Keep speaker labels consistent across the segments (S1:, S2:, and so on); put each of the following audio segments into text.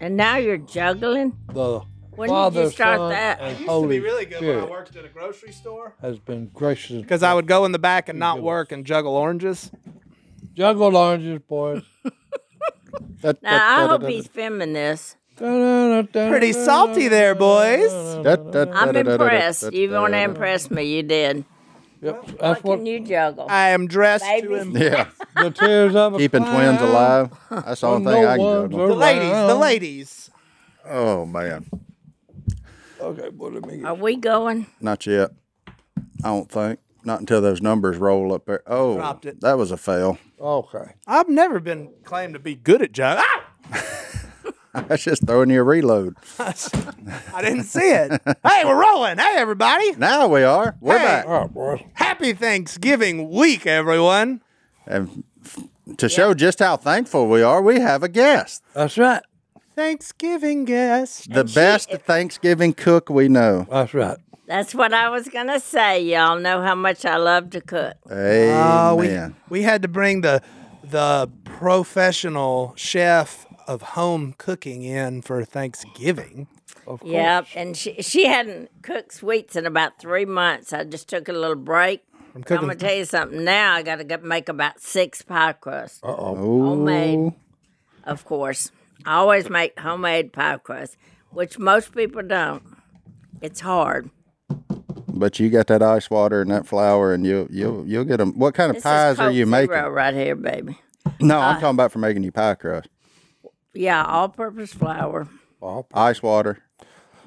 S1: And now you're juggling?
S2: The
S1: When did you
S2: Father,
S1: start
S2: Son,
S1: that?
S2: and
S3: It used
S2: Holy
S3: to be really good
S2: Spirit
S3: when I worked at a grocery store.
S2: has been gracious.
S3: Because I would go in the back and not work and juggle oranges.
S2: juggle oranges, boys.
S1: Now, I hope he's feminist.
S3: Pretty salty there, boys.
S1: I'm impressed. You want to impress me. You did.
S2: Yep,
S1: What
S2: that's what
S1: can you juggle?
S3: I am dressed to
S1: Babies.
S3: im-
S4: Yeah,
S2: the tears of a
S4: keeping
S2: clown.
S4: twins alive. That's the only
S2: No
S4: thing I can
S2: one's
S4: do.
S3: the ladies, the
S2: around.
S3: ladies.
S4: Oh man,
S2: Okay, boy, let me get.
S1: Are we going?
S4: not yet. I don't think. Not until those numbers roll up there. Oh,
S3: Dropped it.
S4: that was a fail.
S2: Okay.
S3: I've never been claimed to be good at Ah! juggling.
S4: That's just throwing you a reload.
S3: I didn't see it. hey, we're rolling. Hey, everybody.
S4: Now we are. We're
S3: Hey.
S4: back.
S2: All right, boys.
S3: Happy Thanksgiving week, everyone.
S4: And to show just how thankful we are, we have a guest.
S2: That's right.
S3: Thanksgiving guest.
S4: The best Thanksgiving cook we know.
S2: That's right.
S1: That's what I was going to say. Y'all know how much I love to cook.
S4: Amen.
S3: Oh, we, we had to bring the the professional chef of home cooking in for Thanksgiving.
S1: Yep. And she, she hadn't cooked sweets in about three months. I just took a little break. I'm,
S3: cooking-
S1: going to tell you something. Now I got to make about six pie crusts.
S4: Ooh.
S1: Homemade, of course. I always make homemade pie crust, which most people don't. It's hard.
S4: But you got that ice water and that flour, and you you you'll get them. What kind of
S1: This
S4: pies
S1: is
S4: are
S1: Coke
S4: you making?
S1: Zero right here, baby.
S4: No, I'm talking about for making you pie crust.
S1: Yeah, all-purpose flour.
S4: Ice water.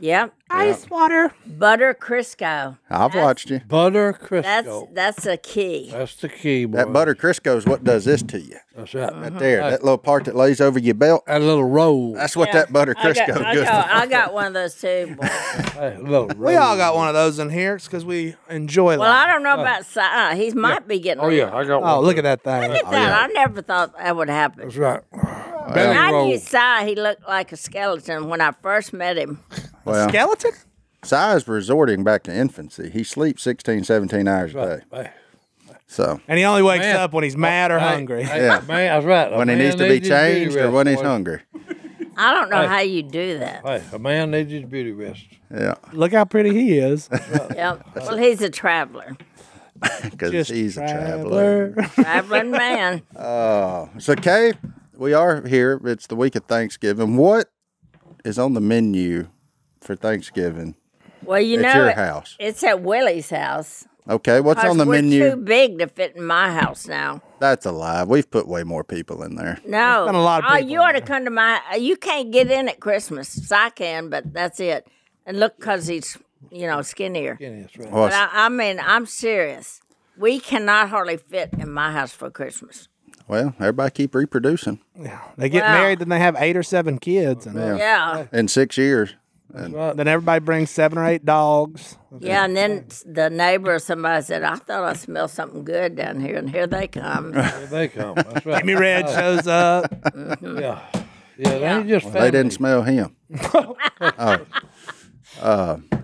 S1: Yep.
S3: Ice water.
S1: Butter Crisco.
S4: I've watched you.
S2: Butter Crisco.
S1: That's
S2: That's,
S1: that's a key.
S2: the key, boy. Uh-huh.
S4: That butter Crisco is what does this to you.
S2: That's right.
S4: Right there, that little part that lays over your belt.
S2: That little roll.
S4: That's what that butter
S1: I
S4: Crisco
S1: got, I,
S4: good.
S1: got,
S4: for.
S1: I got one of those too. boy.
S2: That little roll.
S3: We all got one of those in here. It's because we enjoy
S1: Well, I
S3: life.
S1: don't know about Cy. He might be getting.
S2: Oh, yeah, I got one.
S3: Oh, look at that thing.
S1: Look at that. I never thought that would happen.
S2: That's right. Belly
S1: I
S2: roll.
S1: knew Cy. He looked like a skeleton when I first met him.
S4: Well,
S3: Skeleton?
S4: Si is resorting back to infancy. He sleeps 16, 17 hours a day.
S2: Hey,
S4: So
S3: And he only wakes
S2: Man.
S3: up when he's mad or
S2: hey,
S3: hungry.
S2: hey,
S4: Yeah.
S2: Man, that's right. A
S4: when he
S2: man
S4: needs to be
S2: his beauty
S4: changed or
S2: rest,
S4: when he's
S2: boy.
S4: hungry.
S1: I don't know how you do that.
S2: Hey, a man needs his beauty rest.
S4: Yeah,
S3: Look how pretty he is.
S1: Yep. Well, he's a traveler,
S4: because
S3: Just
S4: he's a traveler.
S3: traveler.
S1: traveling man.
S4: So, Kay, we are here. It's the week of Thanksgiving. What is on the menu for Thanksgiving
S1: Well, you
S4: at
S1: know,
S4: your
S1: it-
S4: house?
S1: it's at Willie's house.
S4: Okay, what's on
S1: Because
S4: the
S1: we're
S4: menu?
S1: too big to fit in my house now.
S4: That's a lie. We've put way more people in there.
S1: No,
S3: been a lot of
S1: oh,
S3: people
S1: you ought to come to my. uh, You can't get in at Christmas. So I can, but that's it. And look, cause he's you know skinnier.
S2: Yeah, that's right.
S4: Well,
S1: But I, I mean, I'm serious. We cannot hardly fit in my house for Christmas.
S4: well, everybody keep reproducing
S3: They get
S1: Wow.
S3: married, then they have eight or seven kids. And
S4: Yeah.
S1: Yeah,
S4: in six years.
S3: Then everybody brings seven or eight dogs.
S1: yeah. And then the neighbor or somebody said, "I thought I smelled something good down here," and here they come.
S2: Here they come. That's right.
S3: Jimmy Red shows up.
S2: Yeah. Yeah, they
S1: Yeah.
S2: ain't just
S4: They
S2: family.
S4: didn't smell him.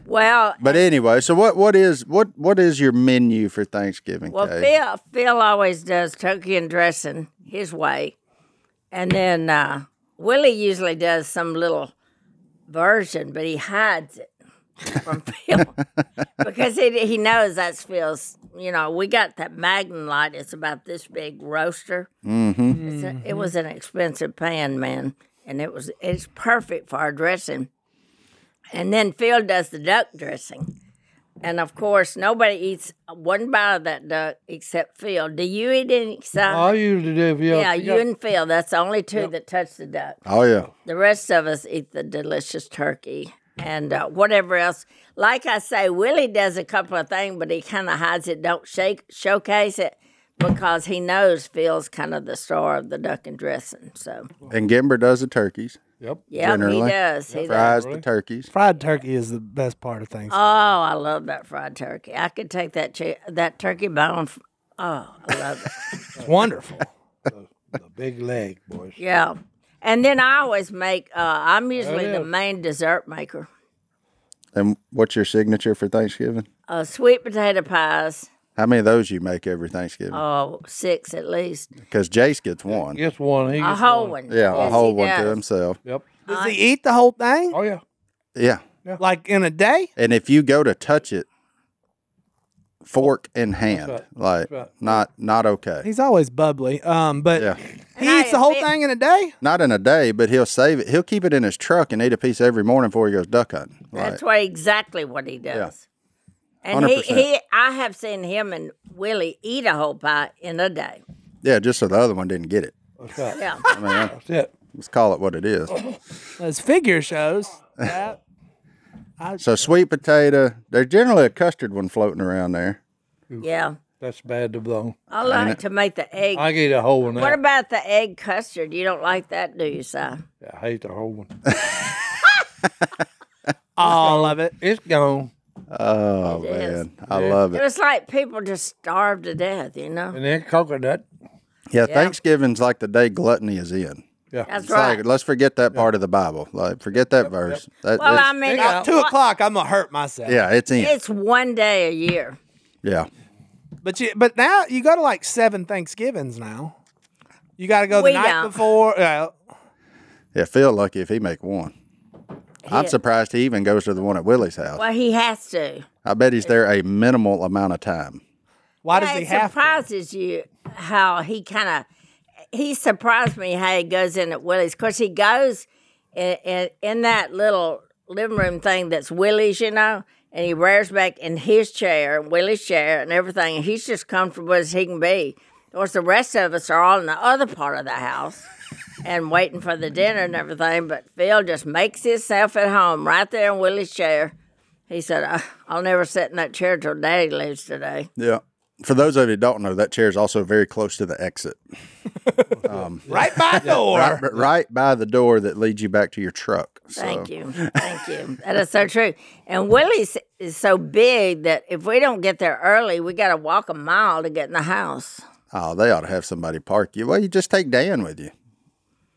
S1: well,
S4: But anyway, so what? What is what? What is your menu for Thanksgiving?
S1: Well,
S4: Kay?
S1: Phil Phil always does turkey and dressing his way, and then uh, Willie usually does some little version, but he hides it from Phil because he he knows that's Phil's. You know, we got that Magnum light. It's about this big roaster. Mm-hmm. It's a, it was an expensive pan, man, and it was it's perfect for our dressing. And then Phil does the duck dressing. And of course, nobody eats one bite of that duck except Phil. Do you eat any? Si?
S2: Oh, I usually do. Yeah,
S1: yeah,
S2: if
S1: you and Phil. That's the only two that touch the duck.
S4: oh yeah,
S1: The rest of us eat the delicious turkey and uh, whatever else. Like I say, Willie does a couple of things, but he kind of hides it. Don't shake showcase it because he knows Phil's kind of the star of the duck and dressing. So
S4: and Gimber does the turkes,
S2: Yep.
S1: yeah, he
S4: Generally.
S1: does. He does.
S4: fries the turkeys.
S3: Fried turkey is the best part of things.
S1: Oh, I love that fried turkey. I could take that chi- that turkey bone. f- Oh, I love it.
S3: It's wonderful.
S2: The big leg, boys.
S1: Yeah. And then I always make, uh, I'm usually
S2: yeah.
S1: the main dessert maker.
S4: And what's your signature for Thanksgiving?
S1: Uh, sweet potato pies,
S4: How many of those you make every Thanksgiving?
S1: Oh, six at least.
S4: Because Jace gets one.
S2: Gets one. He
S1: A
S2: gets
S1: whole one.
S4: Yeah,
S1: Yes,
S4: a
S1: he
S4: whole one to
S1: does.
S4: himself.
S2: Yep.
S5: Does he eat the whole thing?
S2: Oh yeah.
S4: Yeah.
S5: Like in a day?
S4: And if you go to touch it, fork in hand,
S2: right.
S4: like
S2: right.
S4: not not okay.
S5: He's always bubbly. Um, but
S4: Yeah,
S5: he
S1: And I
S5: eats the whole
S1: admit-
S5: thing in a day?
S4: not in a day, but he'll save it. He'll keep it in his truck and eat a piece every morning before he goes duck hunting. Like,
S1: That's what exactly what he does. And he,
S4: 100%.
S1: he, I have seen him and Willie eat a whole pie in a day.
S4: yeah, just so the other one didn't get it.
S2: That's right.
S1: Yeah,
S4: I mean,
S2: That's it.
S4: let's call it what it is.
S5: Those figure shows. that-
S4: So sweet potato. There's generally a custard one floating around there.
S1: yeah.
S2: That's bad to blow.
S1: I like to make the egg.
S2: I get a whole one.
S1: what
S2: Now.
S1: about the egg custard? You don't like that, do you, Si?
S2: I hate the whole one.
S5: all of it.
S2: It's gone.
S4: Oh
S1: It is.
S4: man, I love
S1: It
S4: it.
S1: was like people just starved to death, you know?
S2: And then coconut.
S4: Yeah, Thanksgiving's like the day gluttony is in.
S2: Yeah.
S1: That's
S4: It's like
S1: right.
S4: let's forget that part of the Bible. Like forget that verse. That-
S1: Well,
S4: it's-
S1: I mean,
S5: At two
S1: what-
S5: o'clock, I'm gonna hurt myself.
S4: yeah, it's in.
S1: it's one day a year.
S4: Yeah.
S5: But you, but now you go to like seven Thanksgivings now. You got to go the
S1: We
S5: night
S1: don't.
S5: before. Uh,
S4: Yeah, Phil lucky if he make one. I'm
S1: Yeah.
S4: surprised he even goes to the one at Willie's house.
S1: Well, he has to.
S4: I bet he's there a minimal amount of time.
S5: why does
S1: Yeah,
S5: he
S1: it
S5: have? To?
S1: surprises you how he kind of he surprised me how he goes in at Willie's. Of course, he goes in, in in that little living room thing that's Willie's, you know, and he rears back in his chair and Willie's chair and everything. And he's just comfortable as he can be. Of course, the rest of us are all in the other part of the house. And waiting for the dinner and everything, but Phil just makes himself at home right there in Willie's chair. He said, "I- "I'll never sit in that chair till Daddy leaves today."
S4: Yeah. For those of you who don't know, that chair is also very close to the exit,
S5: Right by door.
S4: right, right by the door that leads you back to your truck. So,
S1: Thank you. Thank you. That is so true. And Willie's is so big that if we don't get there early, we got to walk a mile to get in the house.
S4: Oh, they ought to have somebody park you. Well, you just take Dan with you.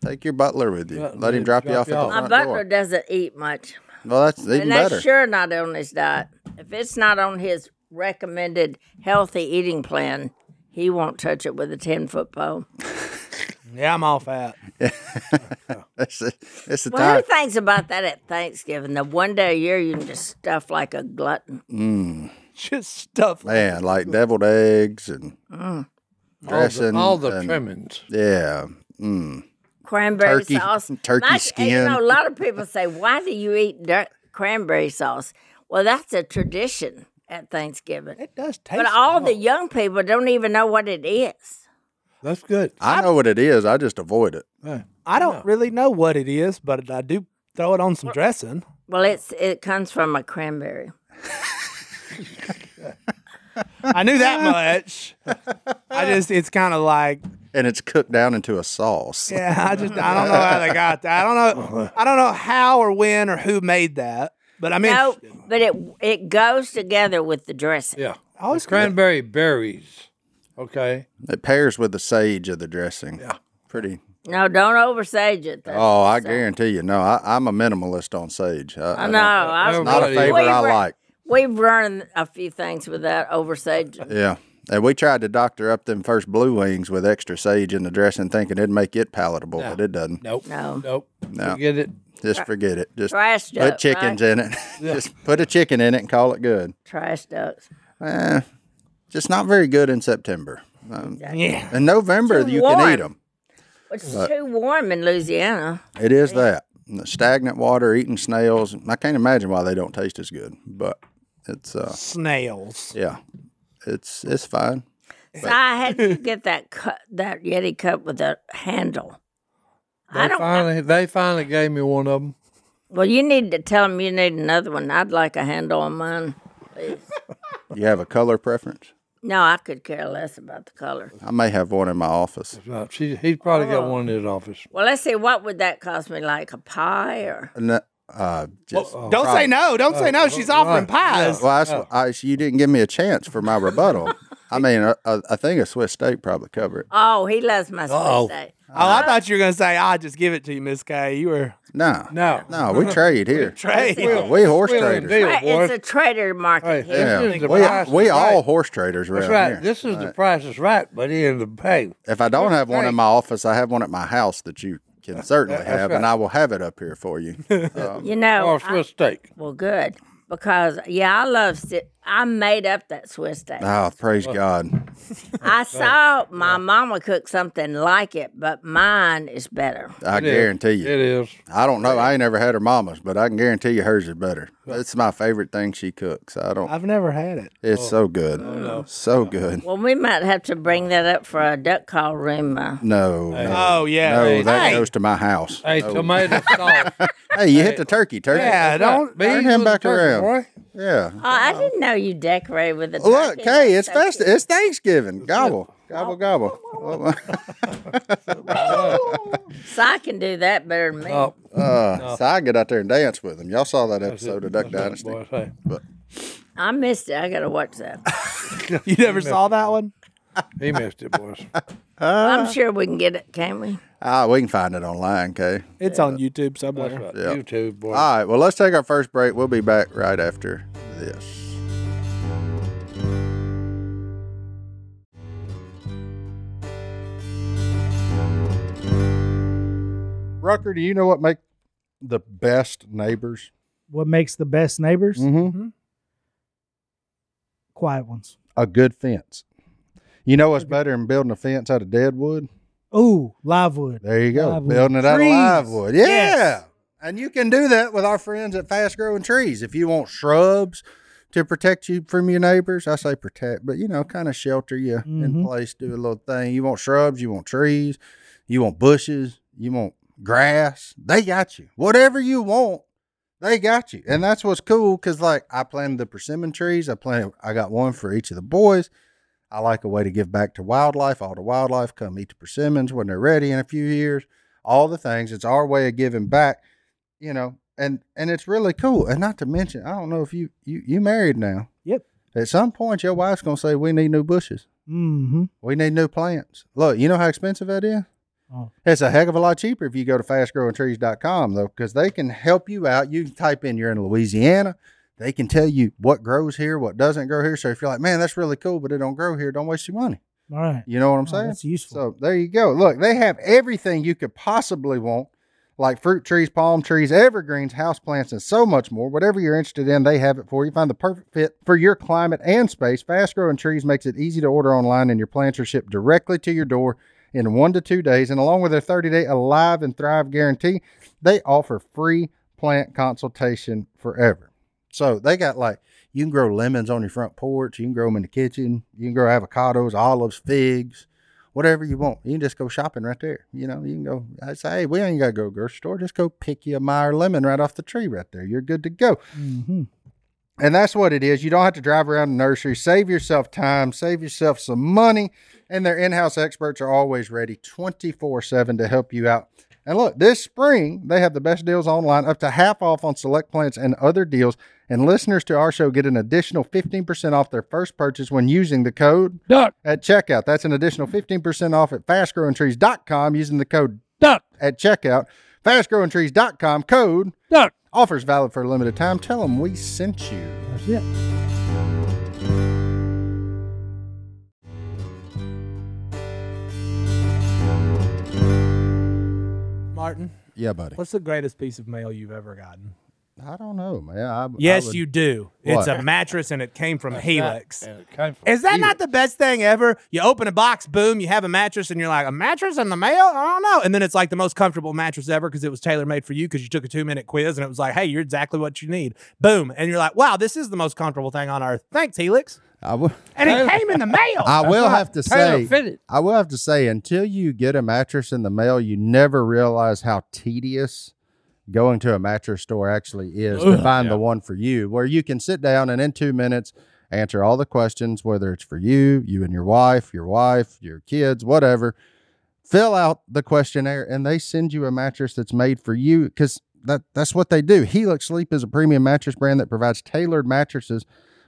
S4: Take your butler with you. Let him drop, you off at the
S1: My
S4: front
S1: butler
S4: door.
S1: doesn't eat much.
S4: Well, that's even
S1: And that's
S4: better.
S1: sure not on his diet. If it's not on his recommended healthy eating plan, he won't touch it with a 10 foot pole.
S5: Yeah, I'm all fat.
S4: That's the, that's the
S1: Well, who
S4: time.
S1: thinks about that at Thanksgiving? The one day a year you can just stuff like a glutton.
S5: Just stuff.
S4: Man, like deviled eggs and
S1: Mm.
S4: dressing.
S2: all the
S4: and-
S2: trimmings.
S4: Yeah.
S1: cranberry
S4: Turkey-
S1: sauce.
S4: turkey
S1: My- and,
S4: skin.
S1: You know, a lot of people say, "Why do you eat dirt cranberry sauce?" Well, that's a tradition at Thanksgiving.
S5: It does taste.
S1: But all the young people don't even know what it is.
S2: That's good.
S4: I know what it is. I just avoid it.
S2: Right.
S5: I don't really know what it is, but I do throw it on some dressing.
S1: Well, it's it comes from a cranberry.
S5: I knew that much. I just, it's kind of like,
S4: And it's cooked down into a sauce.
S5: yeah, I just, I don't know how they got that. I don't know, I don't know how or when or who made that. But I mean,
S1: No, but it it goes together with the dressing.
S2: Yeah.
S5: I was
S2: The cranberry berries. Okay.
S4: It pairs with the sage of the dressing. Yeah. Pretty.
S1: No, don't oversage it. Though.
S4: Oh, I guarantee you. No, I, I'm a minimalist on sage. I,
S1: I know. I was
S2: Not
S4: Not a
S2: Really?
S4: favor
S1: We've
S4: I
S1: run-
S4: like.
S1: We've run a few things with that oversage.
S4: Yeah. And we tried to doctor up them first blue wings with extra sage in the dressing, thinking it'd make it palatable, but it doesn't.
S2: Nope.
S1: No.
S2: Nope.
S4: No.
S2: Forget it.
S4: Just forget it. Just
S1: Trash
S4: put
S1: duck,
S4: chickens
S1: right?
S4: in it. just put a chicken in it and call it good.
S1: Trash ducks.
S4: Eh, just not very good in September. Um,
S5: yeah.
S4: in November,
S1: Too
S4: you can eat
S1: warm.
S4: them.
S1: It's too warm in Louisiana.
S4: It is that stagnant water, eating snails. I can't imagine why they don't taste as good, but it's uh,
S5: snails.
S4: yeah, it's it's fine.
S1: So I had to get that cup, that Yeti cup with a handle. I
S2: They
S1: don't.
S2: finally, they finally gave me one of them.
S1: well, you need to tell them you need another one. I'd like a handle on mine, please.
S4: You have a color preference?
S1: no, I could care less about the color.
S4: I may have one in my office.
S2: Right. She, he's probably
S1: Oh.
S2: got one in his office.
S1: Well, let's see. What would that cost me? Like a pie or?
S4: No, uh, just, well,
S5: Don't say no.
S4: Uh,
S5: Don't say no. She's offering pies.
S4: that's, I, you didn't give me a chance for my rebuttal. I mean, a, a, I think a Swiss steak probably cover it.
S1: Oh, he loves my sweet
S2: Uh, Uh-oh.
S1: steak.
S5: Oh, I thought you were gonna say, "I just give it to you, Miss K." You were
S4: No.
S2: No.
S4: No, we trade here.
S5: Trade.
S4: Yeah, we horse
S2: Wheel and
S4: traders.
S2: deal,
S1: Tra-
S2: boy.
S1: it's a trader market
S2: Hey,
S1: here.
S4: Yeah.
S2: This
S4: We,
S2: is the price
S4: we
S2: is
S4: all
S2: right.
S4: horse traders around
S2: That's right.
S4: here.
S2: This is the price is right, buddy, and the pay.
S4: if I don't have one
S2: Right.
S4: in my office, I have one at my house that you can certainly
S2: that's
S4: have, and
S2: right.
S4: I will have it up here for you. Um,
S1: You know,
S2: Or
S1: Oh, I-
S2: Swiss steak.
S1: well, good because yeah, I love. Sti- I made up that Swiss steak.
S4: oh, praise God.
S1: I saw my mama cook something like it, but mine is better.
S4: I
S2: It is.
S4: guarantee you.
S2: It is.
S4: I don't know. I ain't never had her mama's, but I can guarantee you hers is better. It's my favorite thing she cooks. I don't.
S5: I've never had it.
S4: It's
S2: Oh.
S4: so good. So good.
S1: Well, we might have to
S4: Oh.
S1: bring that up for a duck call room. Uh,
S4: No, no,
S5: Oh yeah.
S4: no. That
S5: Hey,
S4: goes to my house.
S2: Hey, tomato sauce.
S4: Hey, you hit the turkey, turkey.
S5: Yeah, don't.
S2: Beans
S4: him
S2: with the
S4: back
S2: turkey,
S4: around.
S2: boy.
S4: yeah.
S1: oh, I didn't know you decorated with a
S4: Look,
S1: turkey.
S4: hey, it's
S1: That's so
S4: fast.
S1: cute.
S4: It's Thanksgiving. Gobble, gobble, uh, gobble. Oh.
S1: So I can do that better than me.
S2: Oh,
S4: Uh, so I get out there and dance with him. Y'all saw that
S2: that's
S4: episode
S2: it.
S4: of Duck
S2: That's it,
S4: Dynasty.
S2: boys. Hey.
S1: I missed it. I gotta watch that.
S4: Uh,
S5: You never saw that one?
S2: He missed it, boys.
S1: I'm sure we can get it, can't we?
S4: Ah, we can find it online, Kay.
S5: It's on YouTube
S2: That's
S5: somewhere.
S2: right. You too, boy.
S4: All right, well, let's take our first break. We'll be back right after this. Rucker, do you know what make the best neighbors?
S3: What makes the best neighbors?
S4: Mm-hmm.
S3: Quiet ones.
S4: A good fence. You know what's better than building a fence out of dead wood?
S3: Ooh, live wood.
S4: There you go.
S3: Live wood.
S4: Building it out
S3: Trees.
S4: of live wood. Yeah.
S3: Yes.
S4: And you can do that with our friends at Fast Growing Trees. If you want shrubs to protect you from your neighbors, I say protect, but you know, kind of shelter you in
S3: Mhm.
S4: place, do a little thing. You want shrubs, you want trees, you want bushes, you want grass. They got you. Whatever you want, they got you. And that's what's cool because, like, I planted the persimmon trees. I planted, I got one for each of the boys. I like a way to give back to wildlife. All the wildlife come eat the persimmons when they're ready in a few years. All the things. It's our way of giving back, you know. And and it's really cool. And not to mention, I don't know if you you you married now.
S3: Yep.
S4: At some point, your wife's gonna say, "We need new bushes.
S3: Mm-hmm.
S4: We need new plants." Look, you know how expensive that is.
S3: Oh.
S4: It's a heck of a lot cheaper if you go to fastgrowingtrees.com though, because they can help you out. You can type in you're in Louisiana. They can tell you what grows here, what doesn't grow here. So if you're like, man, that's really cool, but it don't grow here, don't waste your money.
S3: All right.
S4: You know what I'm
S3: Oh,
S4: saying?
S3: that's useful.
S4: So there you go. Look, they have everything you could possibly want, like fruit trees, palm trees, evergreens, houseplants, and so much more. Whatever you're interested in, they have it for you. Find the perfect fit for your climate and space. Fast growing trees makes it easy to order online, and your plants are shipped directly to your door in one to two days. And along with their 30 day Alive and Thrive guarantee, they offer free plant consultation forever. So they got like you can grow lemons on your front porch, you can grow them in the kitchen, you can grow avocados, olives, figs, whatever you want. You can just go shopping right there. You know, you can go. I say, hey, we ain't gotta go to the grocery store. Just go pick you a Meyer lemon right off the tree right there. You're good to go.
S3: Mm-hmm.
S4: And that's what it is. You don't have to drive around the nursery. Save yourself time, save yourself some money. And their in house experts are always ready 24 7 to help you out. And look, this spring, they have the best deals online, up to half off on select plants and other deals. And listeners to our show get an additional 15% off their first purchase when using the code
S2: Duck.
S4: at checkout. That's an additional 15% off at fastgrowingtrees.com using the code
S2: Duck.
S4: at checkout. Fastgrowingtrees.com code
S2: Duck.
S4: offers valid for a limited time. Tell them we sent you.
S3: That's it.
S5: Martin,
S4: Yeah, buddy.
S5: what's the greatest piece of mail you've ever gotten?
S4: I don't know, man. I, I
S5: Yes,
S4: would-
S5: you do. It's
S4: What?
S5: a mattress and it came from Helix.
S2: And it came from-
S5: Is that not the best thing ever? You open a box, boom, you have a mattress, and you're like, a mattress in the mail? I don't know. And then it's like the most comfortable mattress ever because it was tailor made for you because you took a two minute quiz and it was like, hey, you're exactly what you need. Boom. And you're like, wow, this is the most comfortable thing on earth. Thanks, Helix.
S4: I will.
S5: And it came in the mail.
S4: I will have to say.
S2: Tailor-fitted.
S4: I will have to say. Until you get a mattress in the mail, you never realize how tedious going to a mattress store actually is to find the one for you. Where you can sit down and in two minutes answer all the questions, whether it's for you, you and your wife, your wife, your kids, whatever. Fill out the questionnaire, and they send you a mattress that's made for you because. That, that's what they do. Helix Sleep is a premium mattress brand that provides tailored mattresses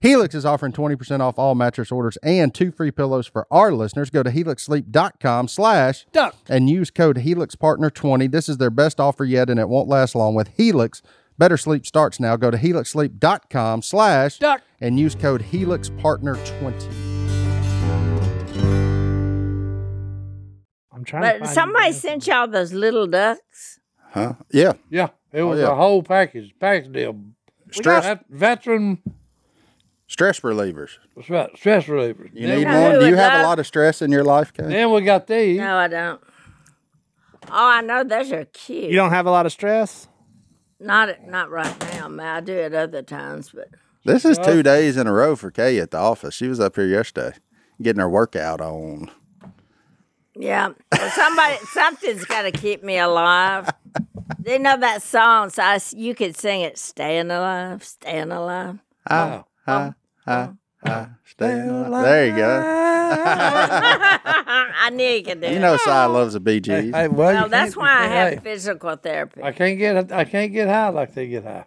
S4: Helix is offering 20% off all mattress orders and two free pillows for our listeners. Go to helixsleep.com slash
S2: Duck.
S4: and use code HelixPartner20. This is their best offer yet, and it won't last long with Helix. Better sleep starts now. Go to helixsleep.com slash
S2: Duck.
S4: and use code HelixPartner20.
S3: I'm trying to
S1: But
S3: find it.
S1: somebody sent y'all those little ducks.
S4: Huh? Yeah.
S2: Yeah, it was
S4: Oh, yeah.
S2: a whole package, package deal.
S4: Stress,
S2: Vet- veteran
S4: stress relievers.
S2: that's right, stress relievers.
S4: You
S2: then,
S4: need
S1: Yeah.
S4: one? Do you
S1: Who would
S4: have a
S1: love-
S4: lot of stress in your life, Kate?
S2: then we got these.
S1: No, I don't. Oh, I know those are cute.
S5: You don't have a lot of stress?
S1: Not not right now. Ma. I do it other times, but
S6: This is two days in a row for Kay at the office. She was up here yesterday getting her workout on.
S1: yeah. Well, somebody something's got to keep me alive. They know that song, so I s you could sing it, "Staying Alive, Staying Alive."
S6: Ah, ah, ah, ah, stay alive. There you go.
S1: I knew you could do
S6: You
S1: it.
S6: know, Si loves the BGs.
S2: Hey, well, you
S1: well, that's
S2: can't-
S1: why I have
S2: hey,
S1: physical therapy.
S2: I can't get I can't get high like they get high.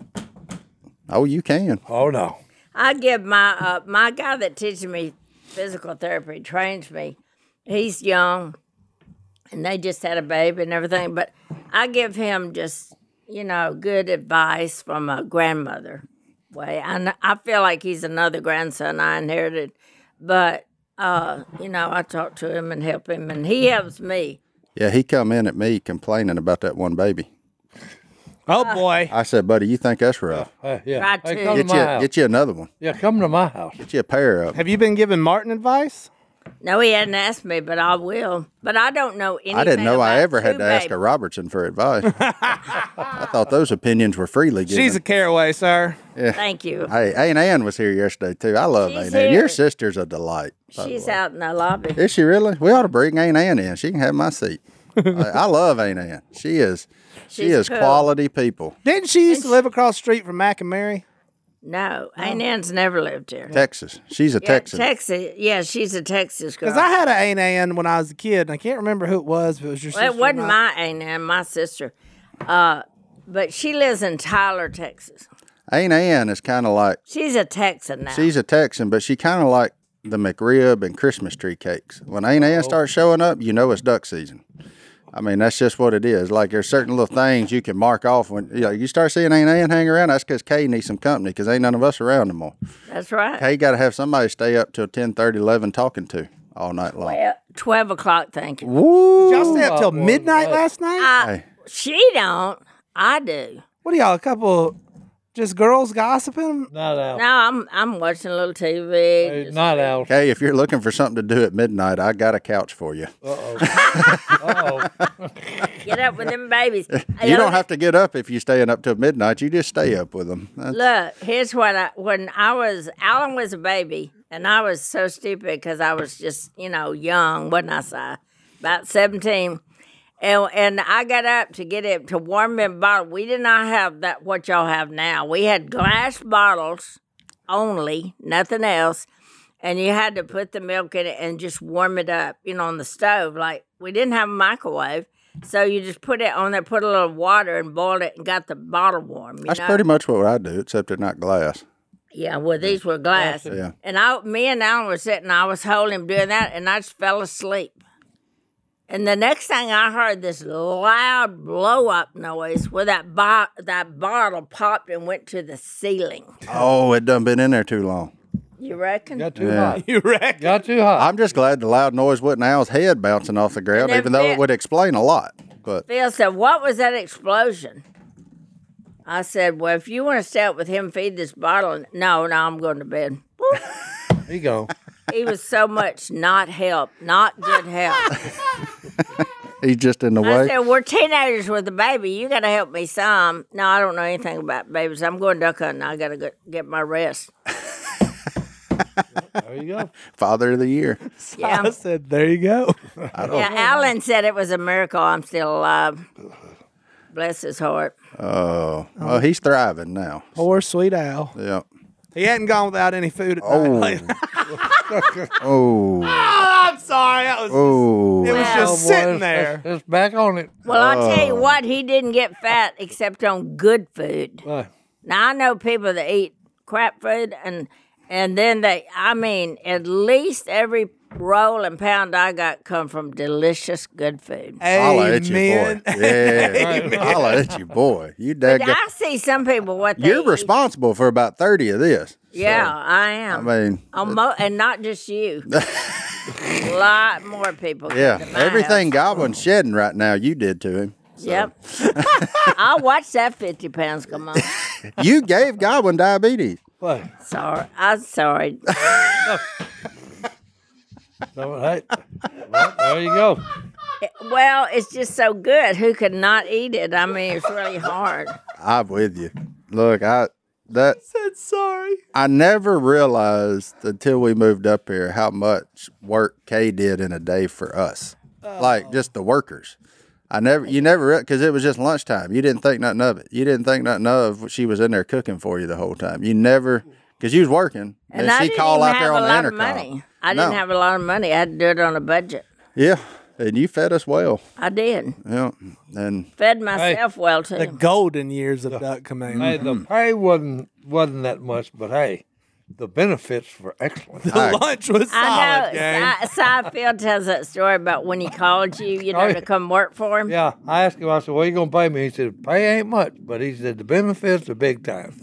S6: Oh, you can.
S2: Oh no.
S1: I give my uh, my guy that teaches me physical therapy trains me. He's young, and they just had a baby and everything. But I give him just you know good advice from a grandmother way. I kn- I feel like he's another grandson I inherited, but uh, you know I talk to him and help him, and he helps me.
S6: Yeah, he come in at me complaining about that one baby.
S5: Oh
S4: Uh.
S5: boy.
S6: I said, buddy, you think that's rough?
S2: Hey, yeah.
S1: Right
S2: Hey,
S1: to-
S2: come to
S6: Get
S2: my
S6: you,
S2: house.
S6: get you another one.
S2: yeah, come to my house.
S6: Get you a pair of 'em.
S5: Have you been giving Martin advice?
S1: No, he hadn't asked me, but I will. But I don't know anything.
S6: I didn't know I
S1: about
S6: ever had
S1: two
S6: to ask
S1: babies.
S6: a Robertson for advice. I thought those opinions were freely given.
S5: She's a caraway, sir.
S1: Thank you.
S6: Hey, Aunt Ann was here yesterday too. I love
S1: She's
S6: Aunt Ann. Your
S1: here.
S6: sister's a delight. by the
S1: She's
S6: way.
S1: out in the lobby.
S6: Is she really? We ought to bring Aunt Ann in. She can have my seat. I, I love Aunt Ann. She is she
S1: She's
S6: is
S1: cool.
S6: quality people.
S5: Didn't she used to live across the street from Mac and Mary?
S1: No, Aunt Ann's never lived here.
S6: Texas. She's a
S1: Yeah,
S6: Texan.
S1: Texas. Yeah, she's a Texas girl.
S5: Because I had an Aunt Ann when I was a kid, and I can't remember who it was, but it was your
S1: well, it
S5: sister. or
S1: wasn't
S5: not.
S1: my Aunt Ann, my sister. Uh, but she lives in Tyler, Texas.
S6: Aunt Ann is kind of like
S1: She's a Texan now.
S6: she's a Texan, but she kind of like the McRib and Christmas tree cakes. When Aunt Ann starts showing up, you know it's duck season. I mean, that's just what it is. Like there's certain little things you can mark off when you, know, you start seeing Aunt Ann hang around. That's because Kay needs some company because ain't none of us around no more.
S1: That's right.
S6: Kay got to have somebody stay up till 10, 11 talking to all night long.
S1: Yeah, Twelve o'clock. Thank you.
S6: Woo!
S5: Y'all stay up till
S2: boy,
S5: midnight
S2: right.
S5: last night?
S1: I, she don't. I do.
S5: What are y'all, a couple
S3: Just girls gossiping?
S2: Not out.
S1: Now I'm I'm watching a little TV.
S2: Hey,
S1: just-
S2: not out.
S4: Okay, if you're looking for something to do at midnight, I got a couch for you.
S2: Uh oh.
S1: Get up with them babies.
S4: You don't have to get up if you're staying up till midnight. You just stay up with them. That's-
S1: Look, here's what I when I was Alan was a baby, and I was so stupid because I was just you know young, wasn't I? Si? About seventeen, and and I got up to get him to warm him bottle. We did not have that what y'all have now. We had glass bottles only, nothing else, and you had to put the milk in it and just warm it up, you know, on the stove. Like we didn't have a microwave. So you just put it on there, put a little water and boiled it, and got the bottle warm. You
S4: That's
S1: know?
S4: pretty much what I do, except they're not glass.
S1: Yeah, well, these were glass.
S4: Yeah.
S1: And I, me and Alan were sitting. I was holding him doing that, and I just fell asleep. And the next thing I heard this loud blow up noise where that bo- that bottle popped and went to the ceiling.
S4: Oh, it done been in there too long.
S1: You reckon?
S2: Got too
S4: Yeah.
S2: hot.
S7: You reckon?
S2: Got too hot.
S4: I'm just glad the loud noise wasn't Al's head bouncing off the ground,
S1: then
S4: even though
S1: Vic-
S4: it would explain a lot. But
S1: Phil said, "What was that explosion?" I said, "Well, if you want to stay up with him, feed this bottle." And, no, no, I'm going to bed.
S2: There you go.
S1: He was so much not help, not good help.
S4: he's just in the
S1: I
S4: way.
S1: said, "We're teenagers with a baby. You got to help me some." No, I don't know anything about babies. I'm going duck hunting. I got to go get my rest.
S2: There you go.
S4: Father of the year.
S1: Yeah,
S3: I said, there you go.
S1: yeah. Alan said it was a miracle. I'm still alive. Bless his heart.
S4: Oh, well, he's thriving now.
S3: Poor sweet Al.
S4: Yeah.
S7: He hadn't gone without any food at night.
S4: Oh. oh.
S7: I'm sorry. That was, it
S4: Oh.
S7: was
S1: Wow.
S7: just
S2: Oh, boy,
S7: sitting
S2: it's-
S7: there.
S2: It's, it's back on it.
S1: Well, I'll tell you what. He didn't get fat except on good food.
S2: Uh,
S1: Now I know people that eat crap food and and then they I mean, at least every roll and pound I got come from delicious good food.
S4: Holla at you,
S7: Amen.
S4: boy. Yeah. Holla at you, boy. You dag.
S1: I see some people what they
S4: You're
S1: eat.
S4: responsible for about 30 of this.
S1: Yeah, I
S4: I
S1: am.
S4: mean,
S1: Almo- and not just you. A lot more people. come
S4: yeah.
S1: to my
S4: Everything
S1: house.
S4: Goblin's shedding right now, you did to him.
S1: Yep. I'll watch that 50 pounds come on.
S4: You gave Goblin diabetes.
S2: boy.
S1: Sorry. I'm sorry.
S2: No, hey. Well, there you go.
S1: Eh, Well, it's just so good. Who could not eat it? I mean, it's really hard.
S4: I'm with you. Look, I that
S7: said sorry.
S4: I never realized until we moved up here how much work Kay did in a day for us, like just the workers. I never, you never, because it was just lunchtime. You didn't think nothing of it. You didn't think nothing of what she was in there cooking for you the whole time. You never, because you was working, and,
S1: And I
S4: she
S1: didn't
S4: call
S1: even
S4: out there
S1: have
S4: on
S1: a
S4: the
S1: lot of
S4: intercom.
S1: money. I didn't
S4: No.
S1: have a lot of money. I had to do it on a budget.
S4: Yeah, and you fed us well.
S1: I did.
S4: Yeah, and
S1: Fed myself well, too.
S3: The golden years of Duck Command.
S2: Hey, the pay wasn't wasn't that much, but hey, the benefits were excellent.
S7: The lunch was
S1: I know.
S7: solid, gang.
S1: Si- Seinfeld tells that story about when he called you, you know,
S2: Oh, yeah.
S1: to come work for him.
S2: Yeah, I asked him. I said, "What you gonna pay me?" He said, "Pay ain't much, but he said the benefits are big time."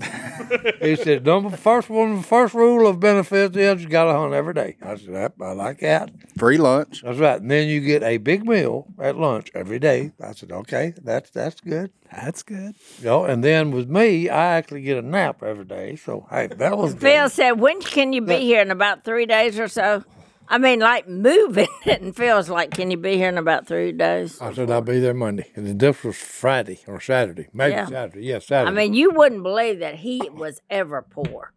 S2: he said, "Number first one, first rule of benefits is you got to hunt every day." I said, "Yep, I like that.
S4: free lunch.
S2: That's right. And then you get a big meal at lunch every day." I said, "Okay, that's that's good."
S3: That's good.
S2: You know, and then with me, I actually get a nap every day. So hey, that was
S1: Phil
S2: good.
S1: said, "When can you be here? In about three days or so." I mean, like moving it, and Phil's like, "Can you be here in about three days?"
S2: I said I'll be there Monday, and this was Friday or Saturday, maybe
S1: Yeah.
S2: Saturday. Yeah, Saturday.
S1: I mean, you wouldn't believe that he was ever poor.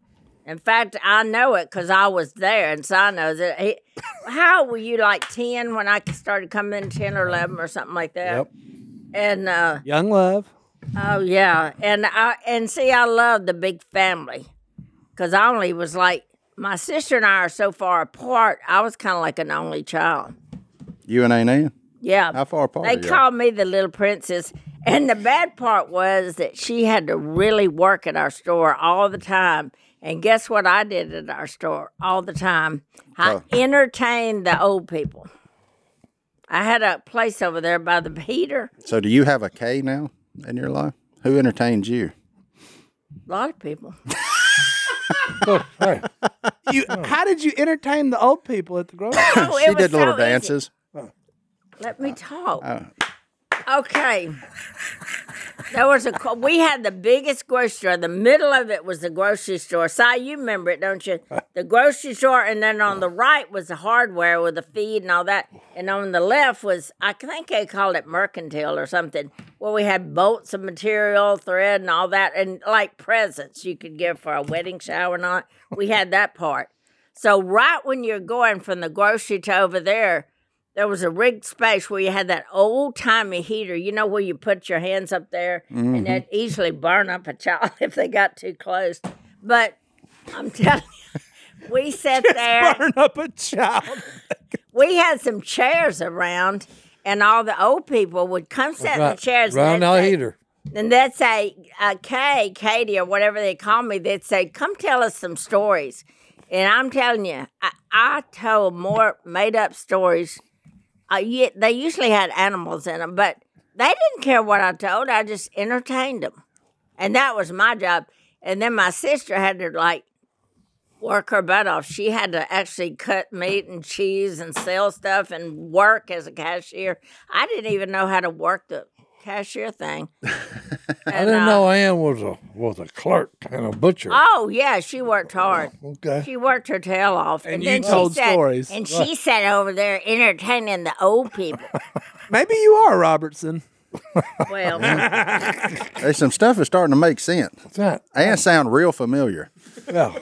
S1: In fact, I know it because I was there, and so I know that. He, how were you like ten when I started coming in, ten or eleven or something like that?
S2: Yep.
S1: And uh,
S3: Young love.
S1: Oh yeah, and I and see, I love the big family, because I only was like my sister and I are so far apart. I was kind of like an only child.
S4: You and Aunt Ann,
S1: Yeah,
S4: how far apart?
S1: they
S4: are y'all?
S1: called me the little princess, and the bad part was that she had to really work at our store all the time. And guess what I did at our store all the time? I entertained the old people. I had a place over there by the heater.
S4: So, do you have a K now in your life? Who entertains you?
S1: A lot of people.
S2: Look, hey,
S3: You, how did you entertain the old people at the grocery?
S1: Oh, it
S4: she
S1: was
S4: did little
S1: so easy.
S4: dances.
S1: Let me talk. Okay. There was a co- we had the biggest grocery store. The middle of it was the grocery store. Si, you remember it, don't you? The grocery store, and then on the right was the hardware with the feed and all that, and on the left was I think they called it mercantile or something, where we had bolts of material, thread, and all that, and like presents you could give for a wedding shower and all. We had that part. So right when you're going from the grocery to over there, there was a rigged space where you had that old timey heater, you know, where you put your hands up there and that easily burn up a child if they got too close. But I'm telling you, we sat there.
S5: Burn up a child.
S1: We had some chairs around, and all the old people would come sit in the chairs. and
S2: round
S1: they'd
S2: out
S1: say-
S2: heater.
S1: and they'd say, uh, Kay, Katie, or whatever they call me, they'd say, come tell us some stories. And I'm telling you, I, I told more made up stories. Uh, ye- they usually had animals in them, but they didn't care what I told. I just entertained them. And that was my job. And then my sister had to like work her butt off. She had to actually cut meat and cheese and sell stuff and work as a cashier. I didn't even know how to work the cashier thing.
S2: I
S1: uh,
S2: didn't know Ann was a was a clerk and a butcher.
S1: Oh yeah, she worked hard.
S2: okay.
S1: She worked her tail off, and,
S3: you
S1: then
S3: told
S1: she sat,
S3: stories.
S1: And she sat over there entertaining the old people.
S3: Maybe you are Robertson.
S1: Well,
S6: There's some stuff that's starting to make sense
S2: What's that?
S6: and sound real familiar.
S2: Yeah.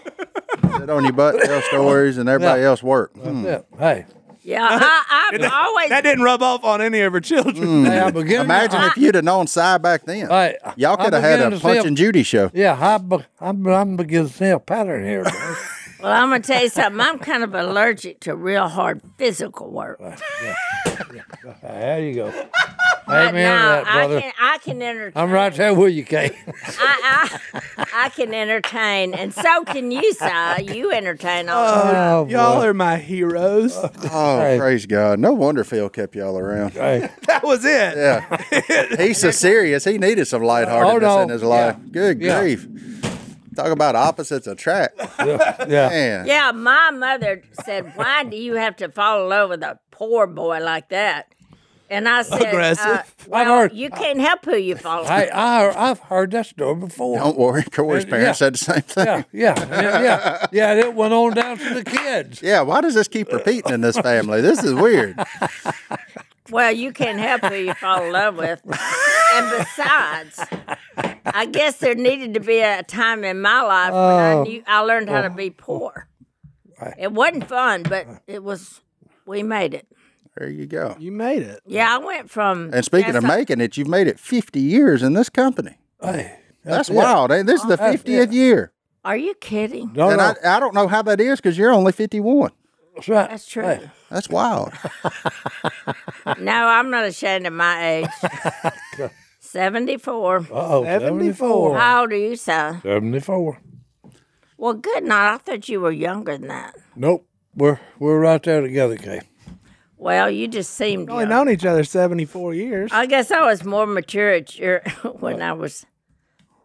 S6: Sit on your butt, tell stories, and everybody else work. Hmm.
S2: yeah. Hey.
S1: yeah, I, I've always
S5: That didn't rub off on any of her children.
S2: Hey, I'm beginning.
S6: Imagine if you'd have known Cy back then.
S2: Hey,
S6: Y'all
S2: I'm
S6: could have had
S2: beginning
S6: a
S2: to see
S6: Punch
S2: a-
S6: and Judy show.
S2: Yeah, I be, I'm, I'm beginning to see a pattern here. man.
S1: well, I'm gonna tell you something. I'm kind of allergic to real hard physical work.
S2: there you go. Amen
S1: But
S2: to
S1: now
S2: that,
S1: I
S2: brother.
S1: can I can entertain.
S2: I'm right there with you, Kate.
S1: I, I, I can entertain, and so can you, Si. You entertain all.
S2: Oh,
S3: Y'all
S2: boy.
S3: are my heroes.
S6: Oh,
S2: Hey.
S6: praise God. No wonder Phil kept y'all around.
S2: Hey,
S3: that was it.
S6: Yeah. He's so serious. He needed some
S2: Hold
S6: lightheartedness
S2: on.
S6: in his life. Good
S2: Yeah.
S6: grief. Talk about opposites attract.
S2: yeah.
S6: Man.
S1: Yeah, my mother said, "Why do you have to fall in love with a poor boy like that?" And I said,
S3: Aggressive.
S1: uh,
S3: I've
S1: "Well,
S2: heard-
S1: you can't help who you fall in."
S2: I, I, I've heard that story before.
S6: Don't worry. Corey's
S2: Yeah.
S6: parents said the same thing.
S2: Yeah,
S6: Yeah.
S2: yeah, yeah, yeah, yeah. and It went on down to the kids.
S6: Why does this keep repeating in this family? This is weird.
S1: Well, you can't help who you fall in love with. and besides, I guess there needed to be a time in my life
S6: Oh.
S1: when I knew I learned how to be poor. It wasn't fun, but it was. We made it.
S6: There you go.
S3: You made it.
S1: Yeah, I went from.
S6: And speaking of
S1: That's-
S6: making it, you've made it 50 years in this company.
S2: Hey,
S6: That's
S2: it.
S6: wild. ain't it? This is the 50th year.
S1: are you kidding?
S2: No,
S6: And
S2: no,
S6: I, I don't know how that is because you're only 51.
S2: that's right.
S1: That's true.
S2: Hey,
S6: That's wild.
S1: No, I'm not ashamed of my age. 74.
S2: uh-oh, 74.
S1: How old are you, son?
S2: 74.
S1: Well, good night. I thought you were younger than that.
S2: Nope. We're, we're right there together, Kay.
S1: Well, you just seemed.
S3: Only
S6: Oh,
S1: young.
S3: known each other 74 years.
S1: I guess I was more mature at your when I was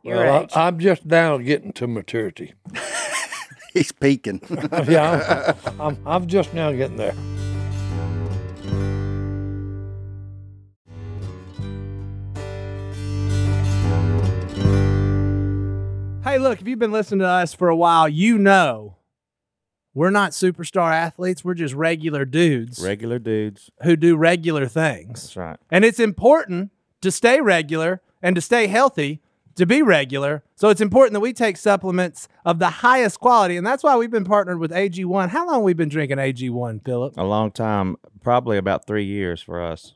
S1: your
S2: Well,
S1: age.
S2: I, I'm just now getting to maturity.
S6: He's peeking.
S2: Yeah, I'm, I'm, I'm just now getting there.
S3: Hey, look, if you've been listening to us for a while, you know we're not superstar athletes. We're just regular dudes
S8: Regular dudes.
S3: who do regular things.
S8: That's right.
S3: And it's important to stay regular and to stay healthy to be regular. So it's important that we take supplements of the highest quality. And that's why we've been partnered with AG1. How long have we been drinking AG1, Philip?
S8: A long time, probably about three years for us.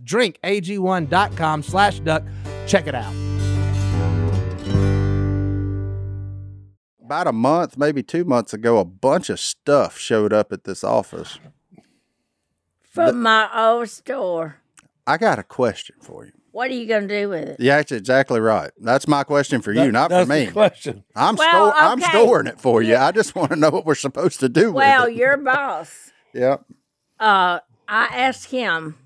S3: drinkag1.com slash duck. Check it out.
S4: About a month, maybe two months ago, a bunch of stuff showed up at this office.
S1: From my old store.
S4: I got a question for you.
S1: What are you going to do with it?
S4: Yeah, that's exactly right. That's my question for you, not
S2: That's
S4: for me.
S2: the question.
S4: I'm
S1: Well,
S4: store- I'm
S1: okay.
S4: storing it for you. I just want to know what we're supposed to do
S1: Well,
S4: with it.
S1: your boss.
S4: Yeah.
S1: Uh, I asked him,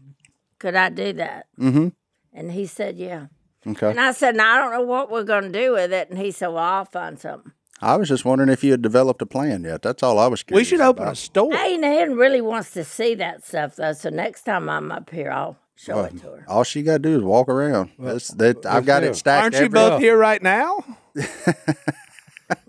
S1: could I do that?
S2: Mm-hmm.
S4: Mhm.
S1: And he said, yeah.
S4: Okay.
S1: And I said, "No, I don't know what we're going to do with it. And he said, well, I'll find something.
S4: I was just wondering if you had developed a plan yet. That's all I was curious.
S3: We should open a
S4: about.
S3: store.
S1: Aiden really wants to see that stuff, though. So next time I'm up here, I'll show it to her.
S4: All she got to do is walk around. That's that, I've got
S2: yeah.
S4: it stacked.
S3: Aren't you
S4: every-
S3: both here right now?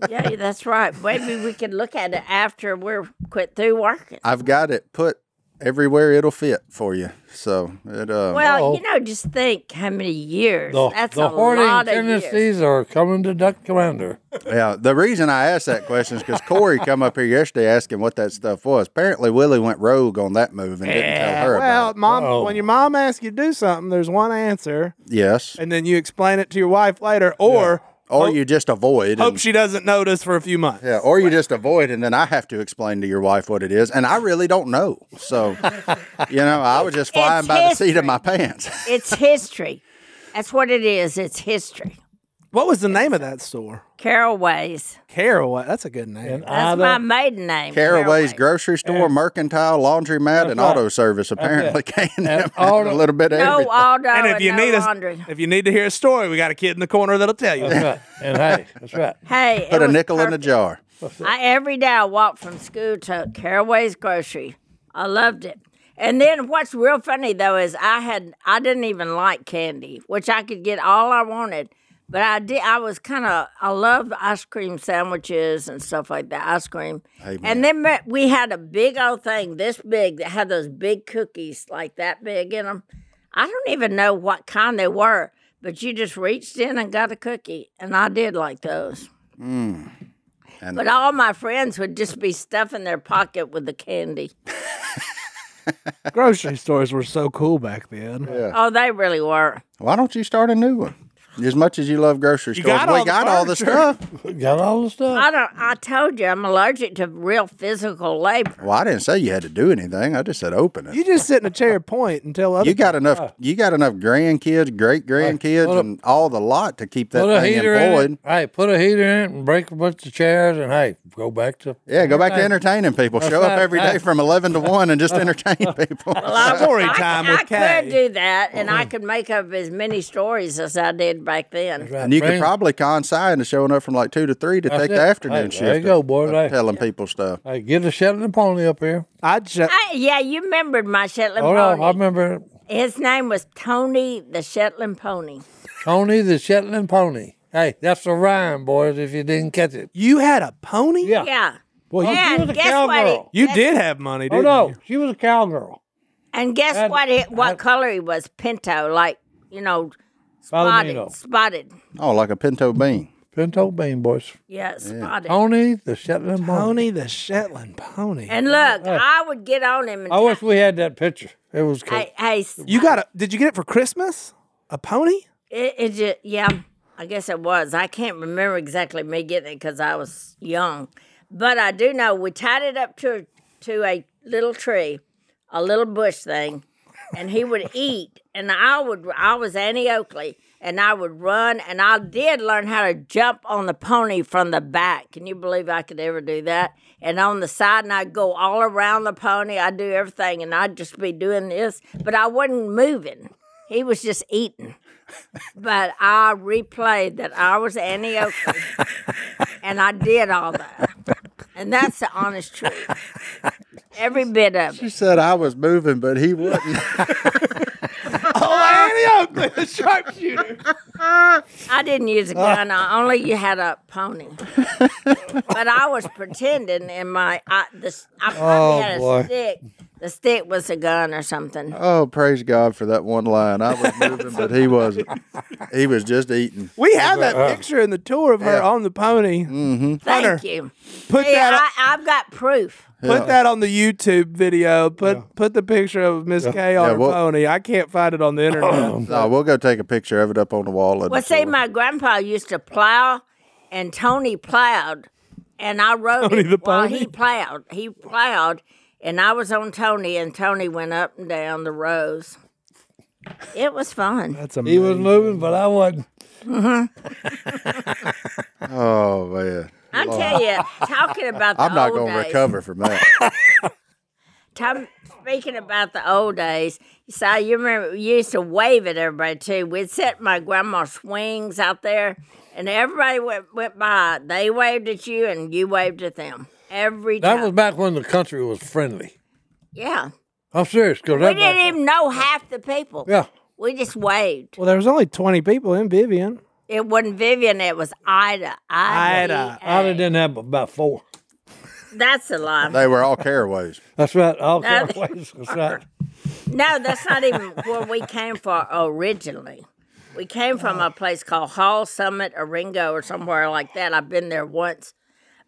S1: yeah, that's right. Maybe we can look at it after we're quit through working.
S4: I've got it put everywhere it'll fit for you. So it. Um,
S1: Well,
S2: Oh.
S1: you know, just think how many years.
S2: The,
S1: That's
S2: the
S1: a lot
S2: hoarding
S1: of years.
S2: tendencies are coming to Duck Commander.
S4: Yeah, the reason I asked that question is because Corey come up here yesterday asking what that stuff was. Apparently, Willie went rogue on that move and didn't tell her
S3: Well,
S4: about it.
S3: mom,
S2: Uh-oh.
S3: when your mom asks you to do something, there's one answer,
S4: Yes,
S3: and then you explain it to your wife later, or
S4: or you just avoid.
S3: hope
S4: And,
S3: she doesn't notice for a few months.
S4: yeah, or you just avoid, and then I have to explain to your wife what it is, and I really don't know. So, you know, I was just flying
S1: It's
S4: by the seat of
S1: history.
S4: my pants.
S1: It's history. That's what it is. It's history.
S3: What was the name of that store?
S1: Caraway's.
S3: Caraway. That's a good name.
S2: And
S1: That's
S2: I
S1: my
S2: don't,
S1: maiden name.
S4: Caraway's
S1: Caraway.
S4: grocery store, mercantile, laundromat, and auto service apparently came and
S2: all
S4: a
S2: the-
S4: little bit of
S1: No
S4: everything.
S1: Aldo and,
S3: And if you
S1: no
S3: need
S1: laundry.
S3: a, if you need to hear a story, we got a kid in the corner that'll tell you.
S2: that's right. And hey, that's right.
S1: hey, it
S4: Put a
S1: was
S4: nickel in a
S1: perfect.
S4: jar.
S1: I every day I walked from school to Caraway's grocery. I loved it. And then what's real funny though is I had I didn't even like candy, which I could get all I wanted. But I did I was kind of I loved ice cream sandwiches and stuff like that, ice cream. And then ma- we had a big old thing this big that had those big cookies like that big in them. I don't even know what kind they were, but you just reached in and got a cookie, and I did like those. But all my friends would just be stuffing their pocket with the candy.
S3: Grocery stores were so cool back then.
S1: Oh, they really were.
S4: Why don't you start a new one? As much as you love grocery stores,
S3: got
S4: we
S3: all the
S4: got all the
S3: furniture.
S4: stuff.
S2: Got all the stuff.
S1: I don't. I told you, I'm allergic to real physical labor.
S4: Well, I didn't say you had to do anything. I just said open it.
S3: You
S4: You,
S3: just sit in a chair, point, and tell other.
S4: got enough. You got enough grandkids, great grandkids, and all the lot to keep that
S2: Put a
S4: thing
S2: heater in
S4: employed.
S2: it. Hey, put a heater in it and break a bunch of chairs and hey, go back to
S4: Yeah, go back to entertaining people. Show up
S2: right,
S4: every day
S2: right.
S4: from eleven to one and just entertain people.
S3: story
S1: I,
S3: time
S1: I
S3: with Kay.
S1: could do that, and
S2: Oh.
S1: I could make up as many stories as I did back then.
S2: Right,
S4: And you could
S2: bring-
S4: probably con sign to showing up from like two to three to
S2: That's
S4: take
S2: it.
S4: the
S2: Hey,
S4: afternoon shift.
S2: there you go, boy.
S4: of
S2: Hey.
S4: Telling people stuff.
S2: Hey, get the Shetland pony up here.
S3: I just
S1: I, yeah, you remembered my Shetland
S2: Oh no,
S1: pony.
S2: I remember it.
S1: His name was Tony the Shetland Pony.
S2: Tony the Shetland pony. Hey, that's the rhyme, boys, if you didn't catch it.
S3: You had a pony?
S2: Yeah.
S1: Yeah.
S2: Well, you, she
S1: and
S2: was a
S1: guess what he-
S2: cowgirl.
S3: You did have money,
S2: Oh,
S3: didn't
S2: no.
S3: you?
S2: She was a cowgirl.
S1: And guess
S2: And-
S1: what? It, what
S2: I-
S1: color he was? Pinto, like you know, spotted.
S2: Palomino.
S1: Spotted.
S6: Oh, like a pinto bean.
S2: Pinto Bean, boys.
S1: Yeah, spotted.
S2: Tony the Shetland Pony.
S3: Pony the Shetland pony.
S1: And look, I would get on him and
S2: Oh. I wish we had that picture. It was cool.
S1: hey, hey, s-
S3: you got a did you get it for Christmas? A pony?
S1: it, it just, yeah, I guess it was. I can't remember exactly me getting it because I was young, but I do know we tied it up to to a little tree, a little bush thing, and he would eat, and I would. I was Annie Oakley, and I would run, and I did learn how to jump on the pony from the back. Can you believe I could ever do that? And on the side, and I'd go all around the pony. I'd do everything, and I'd just be doing this, but I wasn't moving. He was just eating. But I replayed that I was Annie Oakley, and I did all that, and that's the honest truth. Every bit of it.
S6: She said I was moving, but he wasn't.
S2: Oh,
S1: I didn't use a gun. I only you had a pony, but I was pretending in my I, this, I probably
S2: Oh,
S1: had a
S2: boy.
S1: stick. The stick was a gun or something.
S6: oh, praise God for that one line. I was moving, but he wasn't. He was just eating.
S3: We have that picture in the tour of her on the pony.
S6: Mm.
S1: Thank
S3: Hunter,
S1: you.
S3: Put
S1: Hey,
S3: that
S1: I, I've got proof.
S3: Put that on the YouTube video. Put put the picture of Miss K on
S6: Yeah,
S3: her
S6: well-
S3: pony. I can't find it on the internet.
S6: No, we'll go take a picture of it up on the wall. of the
S1: Well, see,
S6: store.
S1: my grandpa used to plow, and Tony plowed, and I rode
S3: Tony
S1: him
S3: the
S1: while
S3: pony?
S1: he plowed. He plowed, and I was on Tony, and Tony went up and down the rows. It was fun.
S3: That's amazing.
S2: he was moving, but I wasn't.
S6: Oh man,
S1: I tell you, talking about the
S6: I'm not
S1: old
S6: going to
S1: days,
S6: recover from that.
S1: Tom, speaking about the old days, so you remember we used to wave at everybody too. We'd set my grandma's swings out there, and everybody went, went by. They waved at you, and you waved at them every time.
S2: That was back when the country was friendly.
S1: yeah.
S2: I'm serious. 'cause
S1: We
S2: that back-
S1: didn't even know half the people.
S2: Yeah.
S1: We just waved.
S3: Well, there was only twenty people in Vivian.
S1: It wasn't Vivian, it was Ida. Ida.
S3: Ida.
S2: I didn't have about four.
S1: That's a lie.
S6: They were all caraways.
S2: That's right. All
S1: Now
S2: kinds of ways. That's right.
S1: No, that's not even where we came from originally. We came from a place called Hall Summit or Ringo or somewhere like that. I've been there once.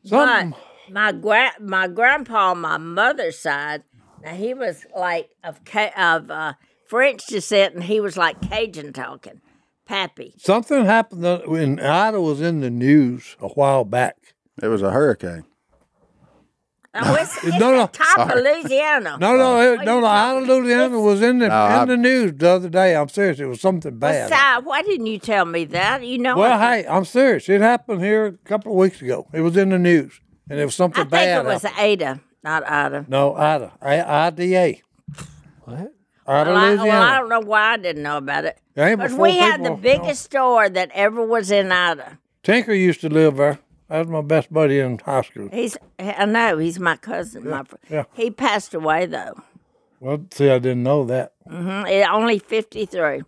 S2: Something.
S1: But my gra- my grandpa on my mother's side, now he was like of Ca- of uh, French descent, and he was like Cajun talking, Pappy.
S2: Something happened that when Ida was in the news a while back.
S6: It was a hurricane.
S1: Now, it's, it's
S2: No,
S1: the
S2: no.
S1: top of Louisiana.
S2: No, no, it,
S1: Oh,
S2: no, no. Ida Louisiana was in the
S6: I-
S2: in the news the other day. I'm serious. It was something bad.
S1: Si, why didn't you tell me that? You know,
S2: Well,
S1: I,
S2: hey, I'm serious. It happened here a couple of weeks ago. It was in the news, and it was something
S1: I think
S2: bad.
S1: it was
S2: happened.
S1: Ada, not Ida.
S2: no Ida, I- IDA. What? Ida,
S1: Well I,
S2: Louisiana.
S1: well, I don't know why I didn't know about it.
S2: There ain't but
S1: Because
S2: four
S1: we had the
S2: people,
S1: biggest store that ever was in Ida.
S2: Tinker used to live there. That was my best buddy in high school.
S1: He's, I know, he's my cousin. my fr-
S2: yeah.
S1: He passed away, though.
S2: Well, see, I didn't know that.
S1: Mm, eh, Only 53.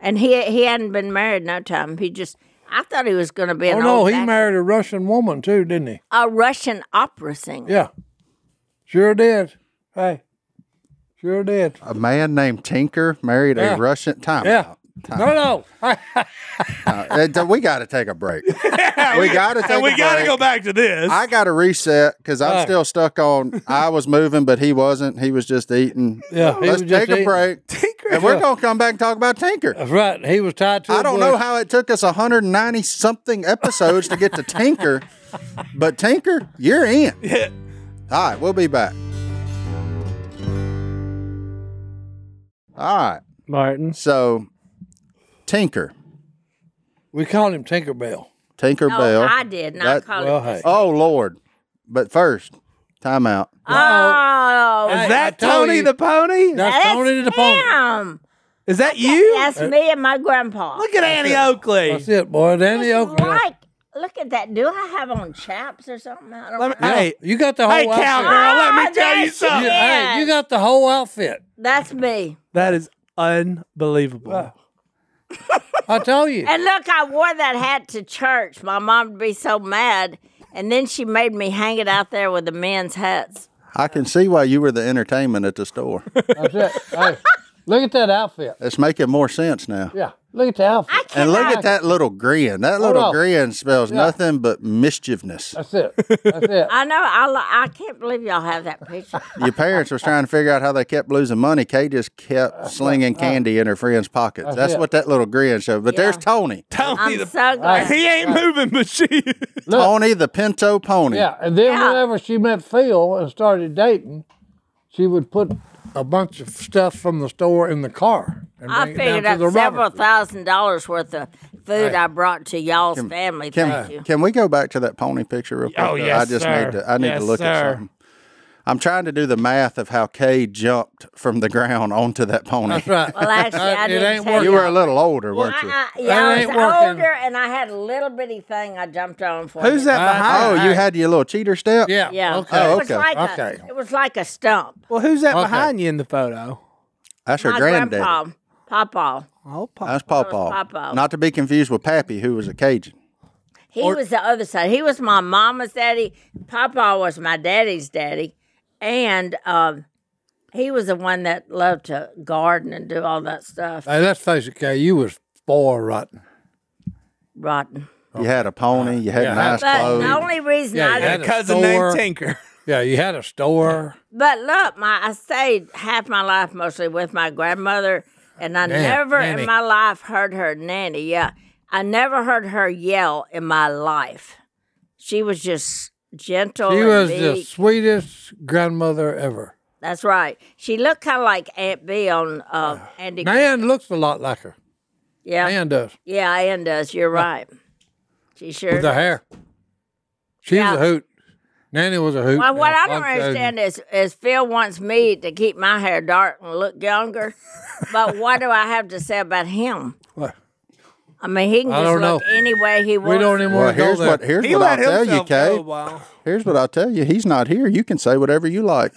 S1: And he he hadn't been married no time. He just, I thought he was going to be an
S2: Oh no,
S1: old
S2: he
S1: bachelor.
S2: married a Russian woman too, didn't he?
S1: a Russian opera singer.
S2: Yeah, sure did. Hey, sure did.
S6: A man named Tinker married
S2: Yeah.
S6: a Russian. Time.
S2: Yeah. No, no. Hey,
S6: out. Uh, we got to take a break. we got to take. a
S3: And we got to
S6: break.
S3: go back to this.
S6: I got to reset because I'm
S2: Right.
S6: still stuck on. I was moving, but he wasn't. He was just eating.
S2: Yeah, he
S6: let's
S2: was just
S6: take a
S2: eating.
S6: break, and we're gonna come back and talk about Tinker.
S2: That's right. He was tied to.
S6: I
S2: a
S6: don't
S2: bush.
S6: know how it took us 190 something episodes to get to Tinker, but Tinker, you're in. Yeah. All right, we'll be back. All right,
S3: Martin.
S6: so Tinker,
S2: we called him Tinkerbell.
S6: Tinker
S1: No,
S6: Bell.
S1: Oh, I did not
S6: That-
S1: call
S2: Well,
S1: it.
S2: hey.
S6: oh Lord! But first, time out.
S1: Oh,
S2: Hey,
S3: Is
S2: I
S3: that
S2: told
S3: Tony
S2: you.
S3: the pony?
S2: That's
S1: that's
S2: Tony the Pony.
S1: him.
S3: Is that you?
S1: That's me and my grandpa.
S3: Look at Annie Oakley.
S2: That's it, boy. Danny Oakley.
S1: Like, look at that. Do I have on chaps or something? I don't
S3: Let me-
S1: know.
S3: Hey,
S2: You got the whole
S3: hey,
S2: outfit.
S3: cowgirl,
S1: Ah,
S3: let me tell
S1: there
S3: you
S1: she
S3: something.
S1: is.
S2: Hey, you got the whole outfit.
S1: That's me.
S3: That is unbelievable.
S2: I told you.
S1: And look, I wore that hat to church. My mom would be so mad. And then she made me hang it out there with the men's hats.
S4: I can see why you were the entertainment at the store.
S2: That's it. Hey, look at that outfit.
S4: It's making more sense now.
S2: Yeah, look at the outfit.
S1: I
S4: And
S1: cannot.
S4: look at that little grin. That little
S2: on.
S4: grin spells nothing but mischievousness.
S2: That's it. That's it.
S1: I know. I, lo- I can't believe y'all have that picture.
S4: Your parents was trying to figure out how they kept losing money. Kay just kept slinging candy in her friend's pockets. That's
S2: it.
S4: what that little grin showed. But there's
S1: Yeah.
S4: Tony.
S1: I'm
S3: Tony,
S1: so
S3: the,
S1: glad.
S3: he ain't moving, but she. is.
S4: Tony the pinto pony.
S2: Yeah, and then
S1: Yeah.
S2: whenever she met Phil and started dating, she would put a bunch of stuff from the store in the car. And
S1: I
S2: bring it
S1: figured
S2: down to
S1: out
S2: the
S1: several
S2: Robertson.
S1: thousand dollars worth of food I brought to y'all's family.
S4: Can,
S1: Thank you.
S4: can we go back to that pony picture real quick?
S3: Oh,
S4: though?
S3: yes,
S4: I just
S3: sir.
S4: need to I need
S3: Yes,
S4: to look at
S3: sir.
S4: something. I'm trying to do the math of how Kay jumped from the ground onto that pony.
S2: That's right.
S1: Well, actually, I
S2: It
S1: didn't
S2: ain't
S1: tell
S2: working.
S4: You were a
S1: y'all.
S4: little older,
S1: Well,
S4: weren't you?
S1: I, I, Uh-huh. yeah, I
S2: ain't
S1: was
S2: working.
S1: older, and I had a little bitty thing I jumped on for.
S3: Who's
S1: me.
S3: that behind?
S4: oh, you had your little cheater step?
S2: Yeah.
S1: Yeah.
S2: Okay.
S4: Oh,
S1: It was
S4: okay,
S1: like
S2: okay.
S1: A, it was like a stump.
S3: Well, who's that
S2: Okay.
S3: behind you in the photo?
S4: That's her
S1: My
S4: granddaddy.
S1: grandpa, Papa,
S3: Oh, pop.
S4: That's Pawpaw.
S1: Pawpaw.
S4: Not to be confused with Pappy, who was a Cajun.
S1: he was the other side. He was my mama's daddy. Papa was my daddy's daddy, and um, he was the one that loved to garden and do all that stuff.
S2: Hey, let's face it, Kay, you was spoiled rotten.
S1: Rotten.
S4: You had a pony, you had nice
S1: But
S4: clothes.
S1: the only reason
S2: Yeah,
S1: I
S2: you
S1: didn't
S2: had
S3: A
S2: a
S3: cousin
S2: store.
S3: named Tinker.
S2: Yeah, you had a store.
S1: But look, my I stayed half my life mostly with my grandmother, and I never in my life heard her nanny. Yeah, I never heard her yell in my life. She was just gentle.
S2: She
S1: and
S2: was the
S1: meek.
S2: sweetest grandmother ever.
S1: That's right. She looked kind of like Aunt B on uh, Andy.
S2: Nan looks a lot like her.
S1: yeah,
S2: Nan does.
S1: yeah, Ann does. You're right. She sure.
S2: With the hair. She's
S1: Yeah.
S2: a hoot. Nanny was a hoot.
S1: Well, what
S2: Yeah,
S1: I don't
S2: like those.
S1: understand is, is Phil wants me to keep my hair dark and look younger, but what do I have to say about him?
S2: What?
S1: I mean, he can
S2: I
S1: just
S2: don't
S1: look
S2: know.
S1: any way he wants.
S2: We don't even
S4: Well,
S2: want to go
S4: here's
S2: there.
S4: what here's
S3: He
S4: what I'll
S3: let
S4: tell you,
S3: himself go a
S4: Kay.
S3: while.
S4: Here's what I'll tell you. He's not here. You can say whatever you like.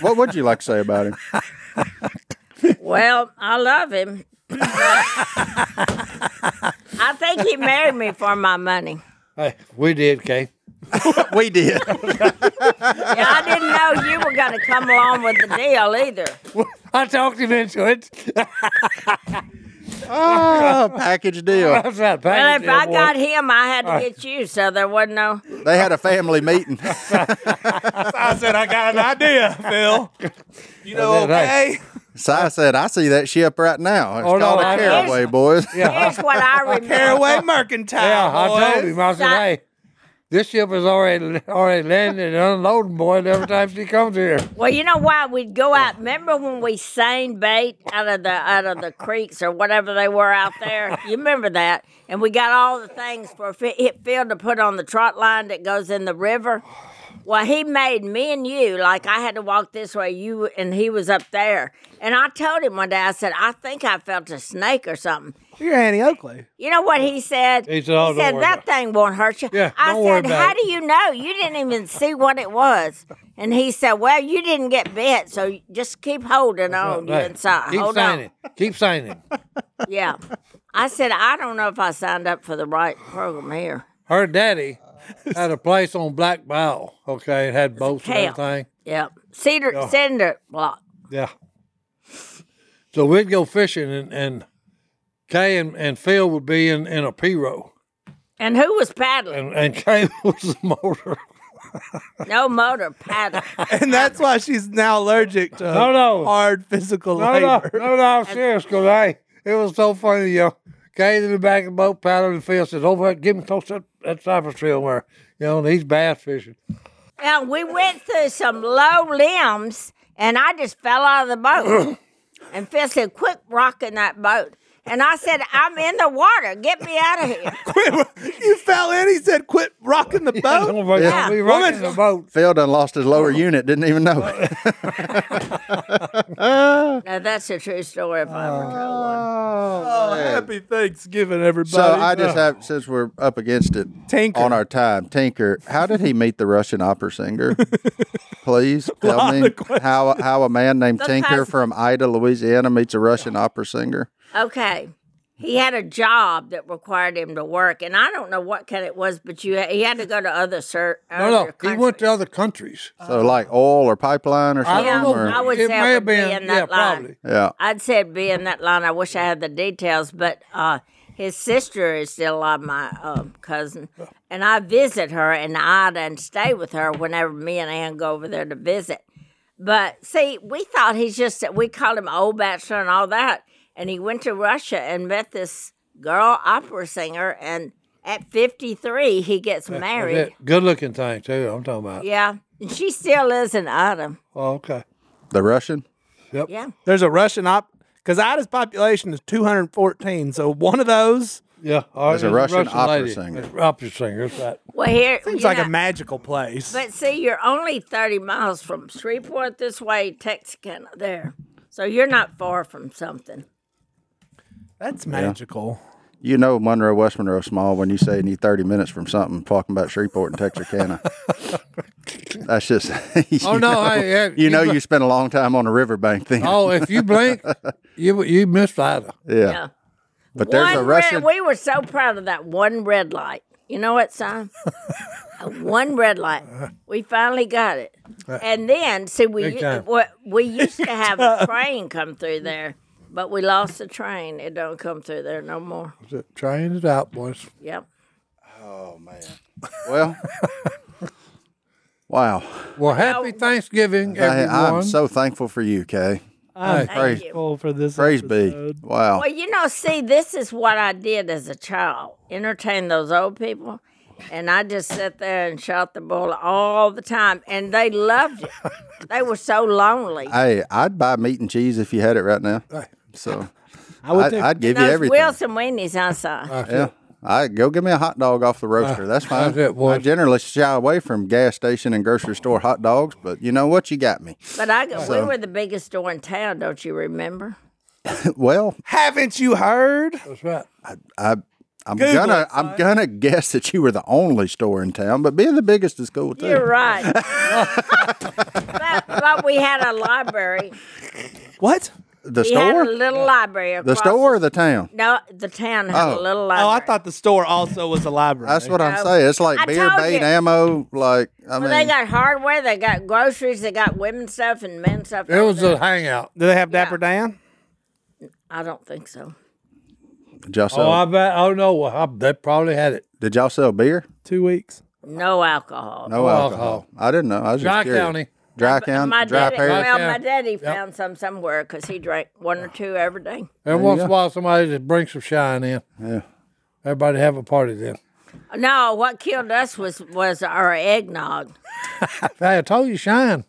S4: what would you like to say about him?
S1: Well, I love him. I think he married me for my money.
S2: Hey, we did, Kay.
S4: we did.
S1: Yeah, I didn't know you were going to come along with the deal either.
S2: I talked him into it.
S4: oh, package deal.
S2: That's right.
S1: Well,
S2: Paige,
S1: if I
S2: boy.
S1: got him, I had to get you, so there wasn't no.
S4: They had a family meeting.
S3: I said I got an idea, Phil. You know,
S2: That's it, hey.
S3: okay.
S4: so I said, I see that ship right now. It's
S2: Oh, no,
S4: called
S2: I-
S4: a caraway, boys.
S1: Here's what I remember.
S3: Fairway Mercantile.
S2: Yeah, I told
S3: boys.
S2: him. I said,
S1: Shot.
S2: hey, this ship is already already landing and unloading, boy. Every time she comes here,
S1: Well, you know why we'd go out. Remember when we seine bait out of the out of the creeks or whatever they were out there? You remember that? And we got all the things for Fi- Phil to put on the trot line that goes in the river. Well, he made me and you like I had to walk this way, you and he was up there. And I told him one day, I said, I think I felt a snake or something.
S3: You're Annie Oakley.
S1: You know what he said?
S2: He said, "Oh, don't worry
S1: that
S2: about
S1: thing won't hurt you.
S2: Yeah,
S1: I
S2: don't worry
S1: said,
S2: about
S1: how
S2: it."
S1: do you know? You didn't even see what it was. And he said, well, you didn't get bit, so just keep holding on, you
S2: Hey,
S1: inside.
S2: keep
S1: Hold
S2: signing. Keep signing.
S1: on. Yeah. I said, I don't know if I signed up for the right program here.
S2: Her daddy had a place on Black Bow. Okay, it had boats and
S1: Hell.
S2: everything.
S1: Yeah. Cedar, cinder block.
S2: Yeah. So we'd go fishing, and, and Kay and, and Phil would be in, in a P row,
S1: And who was paddling?
S2: and, and Kay was the motor.
S1: No motor paddling.
S3: And that's why she's now allergic to
S2: No, no.
S3: hard physical
S2: No, no,
S3: labor.
S2: no, no, I'm serious, because hey, it was so funny, yo. Kay's in the back of the boat paddling the field, says, over there, get me close to that, that cypress tree over there. You know, and he's bass fishing.
S1: now, we went through some low limbs, and I just fell out of the boat. and Phil said, quit rocking that boat. And I said, I'm in the water. Get me out of here.
S3: you fell in. He said, "Quit rocking the boat."
S2: Over there,
S1: Yeah.
S2: We rocking the boat.
S4: Phil done lost his lower unit, didn't even know it.
S1: Now that's a true story if I ever told one.
S3: Oh, happy Thanksgiving, everybody.
S4: So I just
S2: uh,
S4: have, since we're up against it
S3: Tinker.
S4: on our time, Tinker, how did he meet the Russian opera singer? Please tell
S3: Lot
S4: me
S3: of questions.
S4: how, how a man named Tinker
S1: Because-
S4: from Ida, Louisiana meets a Russian opera singer.
S1: Okay. he had a job that required him to work, and I don't know what kind it was, but you he had to go to other sir.
S2: No, no, he went to other countries.
S1: Oh.
S4: So like oil or pipeline or
S2: I
S4: something.
S1: Yeah,
S2: don't know.
S4: or-
S1: I would say
S2: it may
S1: I
S2: have
S1: would be in
S2: been. yeah,
S1: that line.
S2: probably.
S4: yeah.
S1: I'd said be in that line. I wish I had the details, but uh, his sister is still alive, my uh, cousin, and I visit her, and I done stay with her whenever me and Ann go over there to visit. But see, we thought he's just we called him old bachelor and all that, and he went to Russia and met this girl opera singer, and at fifty three he gets
S2: That's
S1: married.
S2: it. Good looking thing too. I'm talking about.
S1: Yeah, and she still is in Autumn.
S2: Oh, okay.
S4: The Russian.
S1: Yeah,
S3: There's a Russian op because Ida's population is 214. So one of those
S2: Yeah. Oh, All right,
S4: There's a
S2: it's
S4: Russian opera
S2: lady.
S4: singer.
S2: It's opera singer. That's right.
S1: well here
S3: seems
S1: you
S3: like
S1: know-
S3: a magical place.
S1: But see, you're only 30 miles from Shreveport this way, Texarkana there. So you're not far from something.
S3: That's magical.
S4: You know Monroe, West Monroe, small when you say you need 30 minutes from something talking about Shreveport and Texarkana. That's just. you
S2: Oh no,
S4: know,
S2: hey, yeah,
S4: you know
S2: bl-
S4: you spent a long time on the riverbank then.
S2: Oh, if you blink, you you missed Ida.
S4: yeah.
S1: yeah.
S4: But there's a
S1: One
S4: Russian.
S1: Red, we were so proud of that one red light. You know what, son? one red light. We finally got it. And then, see, we
S2: Big time.
S1: what we used to have a train come through there, but we lost the train. It don't come through there no more.
S2: Trying it out, boys.
S1: Yep.
S4: well. Wow.
S2: Well, happy Thanksgiving,
S4: I,
S2: everyone.
S4: I'm so thankful for you, Kay. Praise,
S1: you.
S3: Oh, for this
S4: praise be. Wow.
S1: Well, you know, see, this is what I did as a child entertain those old people. And I just sat there and shot the bull all the time. And they loved it. they were so lonely.
S4: Hey, I'd buy meat and cheese if you had it right now. So I
S3: would
S4: would
S3: think-
S4: I'd, give you
S1: those
S4: everything. Uh,
S1: Wilson weenies I saw.
S4: Yeah. I go give me a hot dog off the roaster. That's fine.
S2: that's it, boy.
S4: I generally shy away from gas station and grocery store hot dogs, but you know what? You got me.
S1: but I, go- we were the biggest store in town, don't you remember?
S4: Well,
S3: Haven't you heard?
S2: That's right.
S4: I I'm
S3: Google
S4: gonna
S3: it,
S4: I'm gonna guess that you were the only store in town, but being the biggest is cool too.
S1: You're right. but, but we had a library.
S3: What? Oh,
S4: The
S1: we had a
S4: store,
S1: little library.
S4: the
S1: across
S4: store, or the town.
S1: No, the town had a
S4: Oh.
S1: little library.
S3: Oh, I thought the store also was a library.
S4: That's what I'm
S1: No.
S4: saying. It's like
S1: I
S4: beer,
S1: told
S4: bait,
S1: you.
S4: ammo. Like I
S1: Well,
S4: mean,
S1: they got hardware, they got groceries, they got women's stuff and men's stuff.
S2: It was a hangout.
S3: Do they have Dapper Dan?
S1: I don't think so.
S4: y'all sell,
S2: Oh, I bet. Oh no, well, I, they probably had it.
S4: did y'all sell beer?
S3: Two weeks.
S1: No alcohol.
S4: No alcohol.
S2: alcohol.
S4: I didn't know. I was just
S2: Oh, Dry
S4: curious.
S2: County.
S4: Dry
S1: And my
S4: County. Dry
S1: daddy,
S4: Perry.
S1: well,
S2: Yeah.
S1: my daddy found some somewhere because he drank one or two every day.
S2: Every once in a while, somebody just brings some shine in.
S4: Yeah.
S2: Everybody have a party then.
S1: No, what killed us was was our eggnog.
S2: Hey, I told you, shine.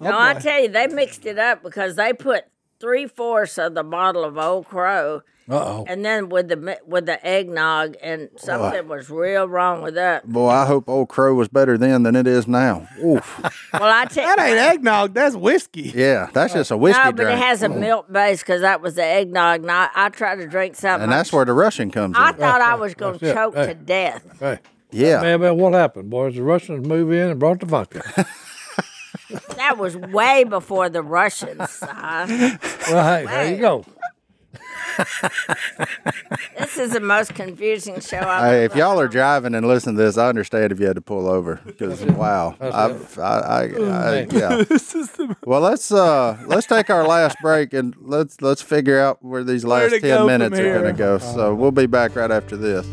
S2: Oh,
S1: no, I tell you, they mixed it up because they put three fourths of the bottle of Old Crow,
S2: Uh oh.
S1: and then with the mi- with the eggnog, and something was real wrong with that.
S4: Boy, I hope Old Crow was better then than it is now. Oof.
S1: Well, I tell
S3: That ain't eggnog. That's whiskey.
S4: yeah, that's just a whiskey
S1: no, but
S4: drink.
S1: it has a milk base because that was the eggnog. And I, I tried to drink something.
S4: and that's where the Russian comes
S1: I
S4: in.
S1: thought I was going to
S2: it.
S1: choke
S2: Hey.
S1: to death.
S2: Hey,
S4: Yeah.
S2: man, man, what happened, boys? The Russians moved in and brought the vodka.
S1: That was way before the Russians. Uh,
S2: well, hey, there you go.
S1: this is the most confusing show I've
S4: Hey, if y'all are driving and listening to this, I understand if you had to pull over because wow, I've, I, I, I, yeah. Well, let's uh, let's take our last break and let's let's figure out where these last
S3: to go
S4: ten
S3: from
S4: minutes are
S3: here.
S4: going to go. So we'll be back right after this.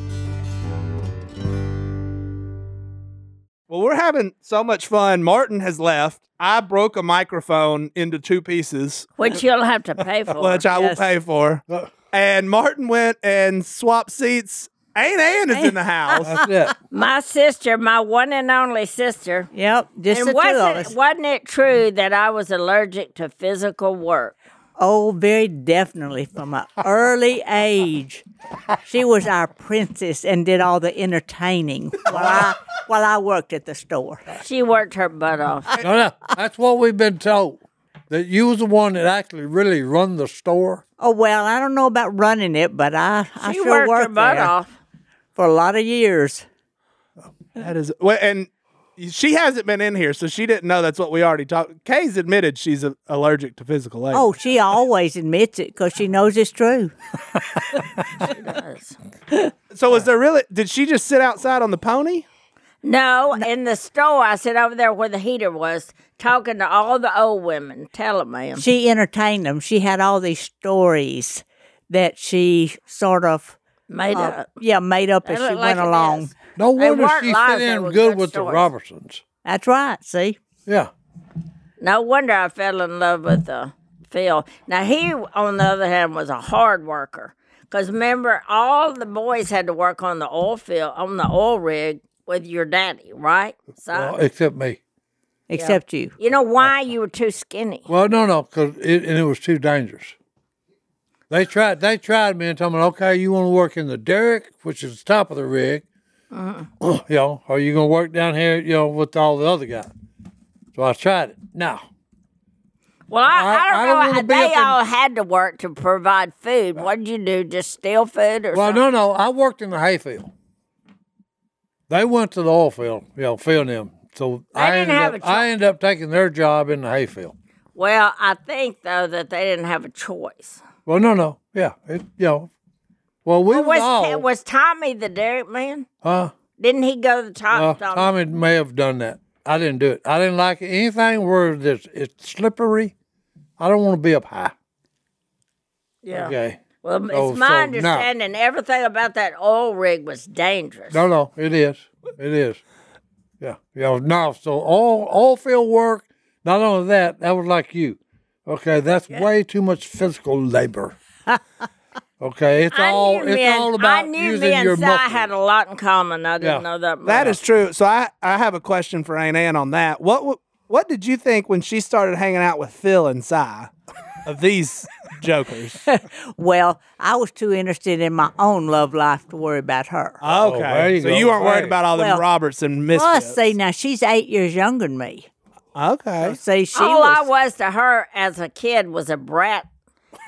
S3: Well, we're having so much fun. Martin has left. I broke a microphone into two pieces,
S1: which you'll have to pay for.
S3: which I
S1: Oh, Yes.
S3: will pay for. And Martin went and swapped seats. Ain't Ann is in the house.
S2: That's it.
S1: My sister, my one and only sister.
S9: Yep, just
S1: And
S9: the two of
S1: wasn't,
S9: us.
S1: wasn't it true that I was allergic to physical work?
S9: Oh, very definitely from an early age. She was our princess and did all the entertaining while I, while I worked at the store.
S1: She worked her butt off.
S2: No, no, that's what we've been told. That you was the one that actually really run the store.
S9: Oh, well, I don't know about running it, but I, I
S1: She
S9: sure
S1: worked her butt
S9: there
S1: off.
S9: for a lot of years.
S3: that is, well, and she hasn't been in here, so she didn't know that's what we already talked. Kay's admitted she's a- allergic to physical labor.
S9: Oh, she always admits it because she knows it's true.
S3: so was there really? Did she just sit outside on the pony?
S1: No, in the store, I sit over there where the heater was, talking to all the old women, telling them.
S9: She entertained them. She had all these stories that she sort of,
S1: made
S9: uh,
S1: up.
S9: yeah, made up
S1: They
S9: as
S1: look
S9: she
S1: like
S9: went
S1: it
S9: along.
S1: is.
S2: No
S1: They
S2: wonder
S1: weren't
S2: she
S1: lies,
S2: fit
S1: they
S2: in
S1: were
S2: good,
S1: good
S2: with the
S1: stories.
S2: Robertsons.
S9: That's right. See,
S2: Yeah.
S1: No wonder I fell in love with uh, Phil. Now, he, on the other hand, was a hard worker. Because remember, all the boys had to work on the oil field, on the oil rig with your daddy, right? So,
S2: Well, except me.
S9: except you.
S1: you know why you were too skinny?
S2: Well, no, no, because it, and it was too dangerous. They tried. They tried me and told me, "Okay, you want to work in the derrick, which is the top of the rig,
S1: Uh-huh.
S2: you know, or you gonna work down here, you know, with all the other guys." So I tried it. No,
S1: Well, I, I,
S2: I- I
S1: don't
S2: don't
S1: know.
S2: wanna be
S1: they
S2: up in- Uh,
S1: all had to work to provide food. What did you do? Just steal food or
S2: well,
S1: something?
S2: no, no. I worked in the hayfield. They went to the oil field, you know, filling them. So I
S1: didn't
S2: ended
S1: have
S2: up,
S1: a choice.
S2: I ended up taking their job in the hayfield.
S1: Well, I think, though, that they didn't have a choice.
S2: Well, no, no, yeah, it, you know. Well, we was,
S1: Was,
S2: all,
S1: was Tommy the derrick man?
S2: huh?
S1: Didn't he go to the
S2: Uh,
S1: top? Tommy?
S2: Tommy may have done that. I didn't do it. I didn't like anything where this it's slippery. I don't want to be up high.
S1: Yeah.
S2: Okay.
S1: Well, it's
S2: So-
S1: my
S2: so, no.
S1: understanding everything about that oil rig was dangerous.
S2: No, no, it is. It is. Yeah. Yeah. No. So all all field work. Not only that, that was like you. Okay, that's way too much physical labor. okay, it's
S1: I
S2: all
S1: knew
S2: it's
S1: me and,
S2: all about
S1: I knew
S2: using
S1: me and
S2: your
S1: Si
S2: muscles.
S1: had a lot in common. I didn't
S2: Yeah.
S1: know that much.
S3: That is true. So I, I have a question for Aunt Ann on that. What w- what did you think when she started hanging out with Phil and Cy of these jokers? Okay.
S9: Well, I was too interested in my own love life to worry about her.
S2: Oh, there you
S3: so
S2: go.
S3: you weren't worried
S2: Hey.
S3: about all them
S9: Well,
S3: Roberts and
S9: Plus,
S3: misfits.
S9: see, now she's eight years younger than me.
S3: Okay.
S9: See, she
S1: all Oh, I
S9: was
S1: was to her as a kid was a brat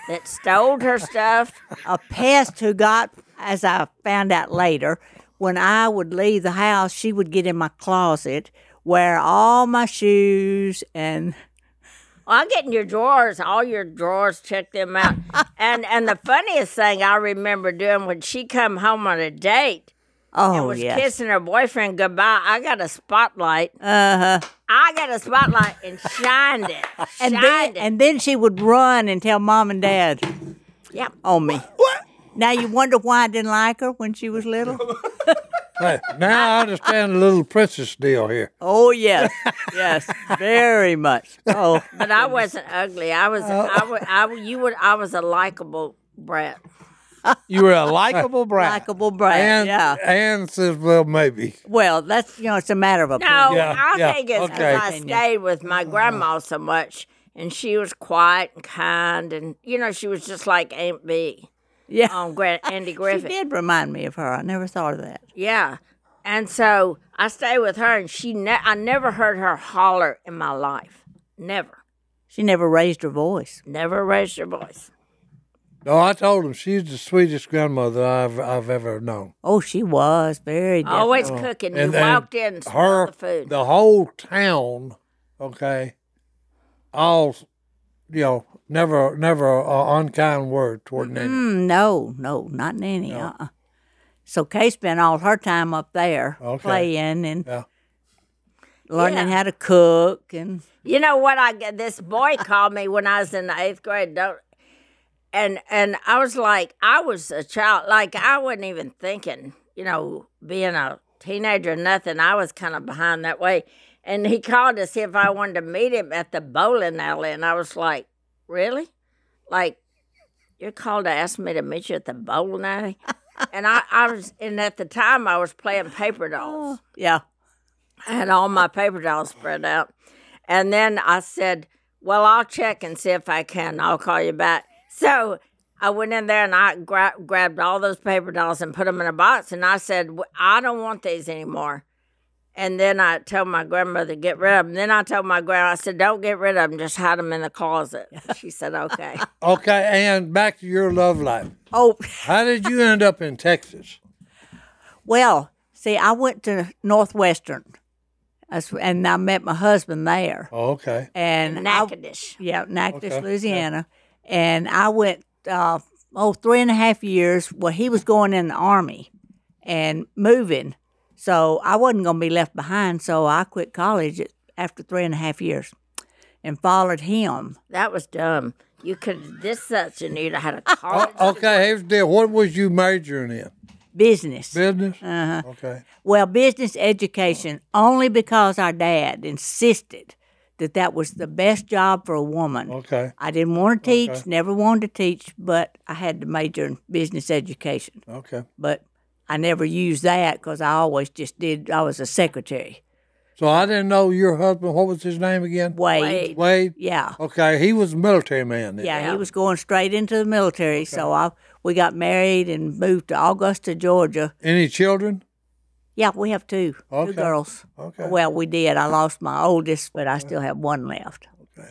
S1: that stole her stuff.
S9: a pest who got, as I found out later, when I would leave the house, she would get in my closet, wear all my shoes, and
S1: I get in your drawers, all your drawers, check them out. and and the funniest thing I remember doing when she come home on a date
S9: oh
S1: was
S9: yes,
S1: kissing her boyfriend goodbye. I got a spotlight. Uh huh. I got a spotlight and shined it.
S9: Uh-huh. and
S1: shined
S9: then
S1: it.
S9: and then she would run and tell mom and dad
S1: Yep.
S9: on me. What? Now you wonder why I didn't like her when she was little.
S2: Hey, now I understand the little princess deal here.
S9: Oh yes, yes, very much. Oh,
S1: But I wasn't ugly. I
S2: Oh.
S1: was. I was. I, wa- you would. I was a likable brat.
S3: You were a likable brat.
S9: likable brat.
S2: And
S9: yeah.
S2: Anne says, "Well, maybe."
S9: Well, that's you know it's a matter of opinion.
S1: No,
S2: Yeah,
S1: I
S2: yeah,
S1: think it's because
S2: okay. Uh-huh.
S1: I stayed with my grandma so much, and she was quiet and kind, and you know she was just like Aunt B
S9: Yeah.
S1: on Gra- Andy
S9: She
S1: Griffith.
S9: did remind me of her. I never thought of that.
S1: Yeah, and so I stayed with her, and she. Ne- I never heard her holler in my life. Never.
S9: She never raised her voice.
S1: Never raised her voice.
S2: No, I told him she's the sweetest grandmother I've I've ever known.
S9: Oh, she was very
S1: Always
S9: definitely.
S1: cooking. You
S2: Oh. And- and
S1: walked in, and
S2: Her,
S1: smelled the food.
S2: whole town, okay, all, you know, never never a unkind word toward Nanny.
S9: Mm, no, no, not Nanny. Uh-uh. So Kay spent all her time up there
S2: Okay.
S9: playing and
S2: Yeah.
S9: learning
S1: Yeah.
S9: how to cook and
S1: You know what? I get this boy called me when I was in the eighth grade. Don't and and I was like, I was a child. Like I wasn't even thinking. You know, being a teenager, nothing. I was kind of behind that way. And he called to see if I wanted to meet him at the bowling alley, and I was like, really? Like you're called to ask me to meet you at the bowling alley? and I, I was, and at the time I was playing paper dolls.
S9: yeah.
S1: I had all my paper dolls spread out. And then I said, Well, I'll check and see if I can. I'll call you back. So I went in there and I gra- grabbed all those paper dolls and put them in a box. And I said, "W- I don't want these anymore. And then I told my grandmother to get rid of them. Then I told my grandma, I said, Don't get rid of them, just hide them in the closet. She said, Okay.
S2: Okay, and back to your love life.
S9: Oh,
S2: How did you end up in Texas?
S9: well, see, I went to Northwestern That's, and I met my husband there.
S2: Oh, okay.
S9: And I,
S1: Natchitoches.
S9: yeah, Natchitoches,
S2: Okay, yeah.
S9: Louisiana. And I went, uh, oh, three and a half years. Well, he was going in the army and moving. So I wasn't going to be left behind. So I quit college at- after three and a half years and followed him.
S1: That was dumb. You could this such a need. I had a college.
S2: Okay, here's the deal. What was you majoring in?
S9: Business.
S2: Business? Uh-huh. Okay.
S9: Well, business education only because our dad insisted that that was the best job for a woman.
S2: Okay.
S9: I didn't want to teach, never wanted to teach, but I had to major in business education.
S2: Okay.
S9: But I never used that because I always just did. I was a secretary.
S2: So I didn't know your husband. What was his name again?
S9: Wade.
S1: Wade.
S2: Wade.
S9: Yeah.
S2: Okay, he was a military man. Then.
S9: Yeah, he was going straight into the military. So I, we got married and moved to Augusta, Georgia.
S2: Any children?
S9: Yeah, we have two,
S2: Okay.
S9: two girls.
S2: Okay.
S9: Well, we did. I lost my oldest, but I still have one left.
S2: Okay.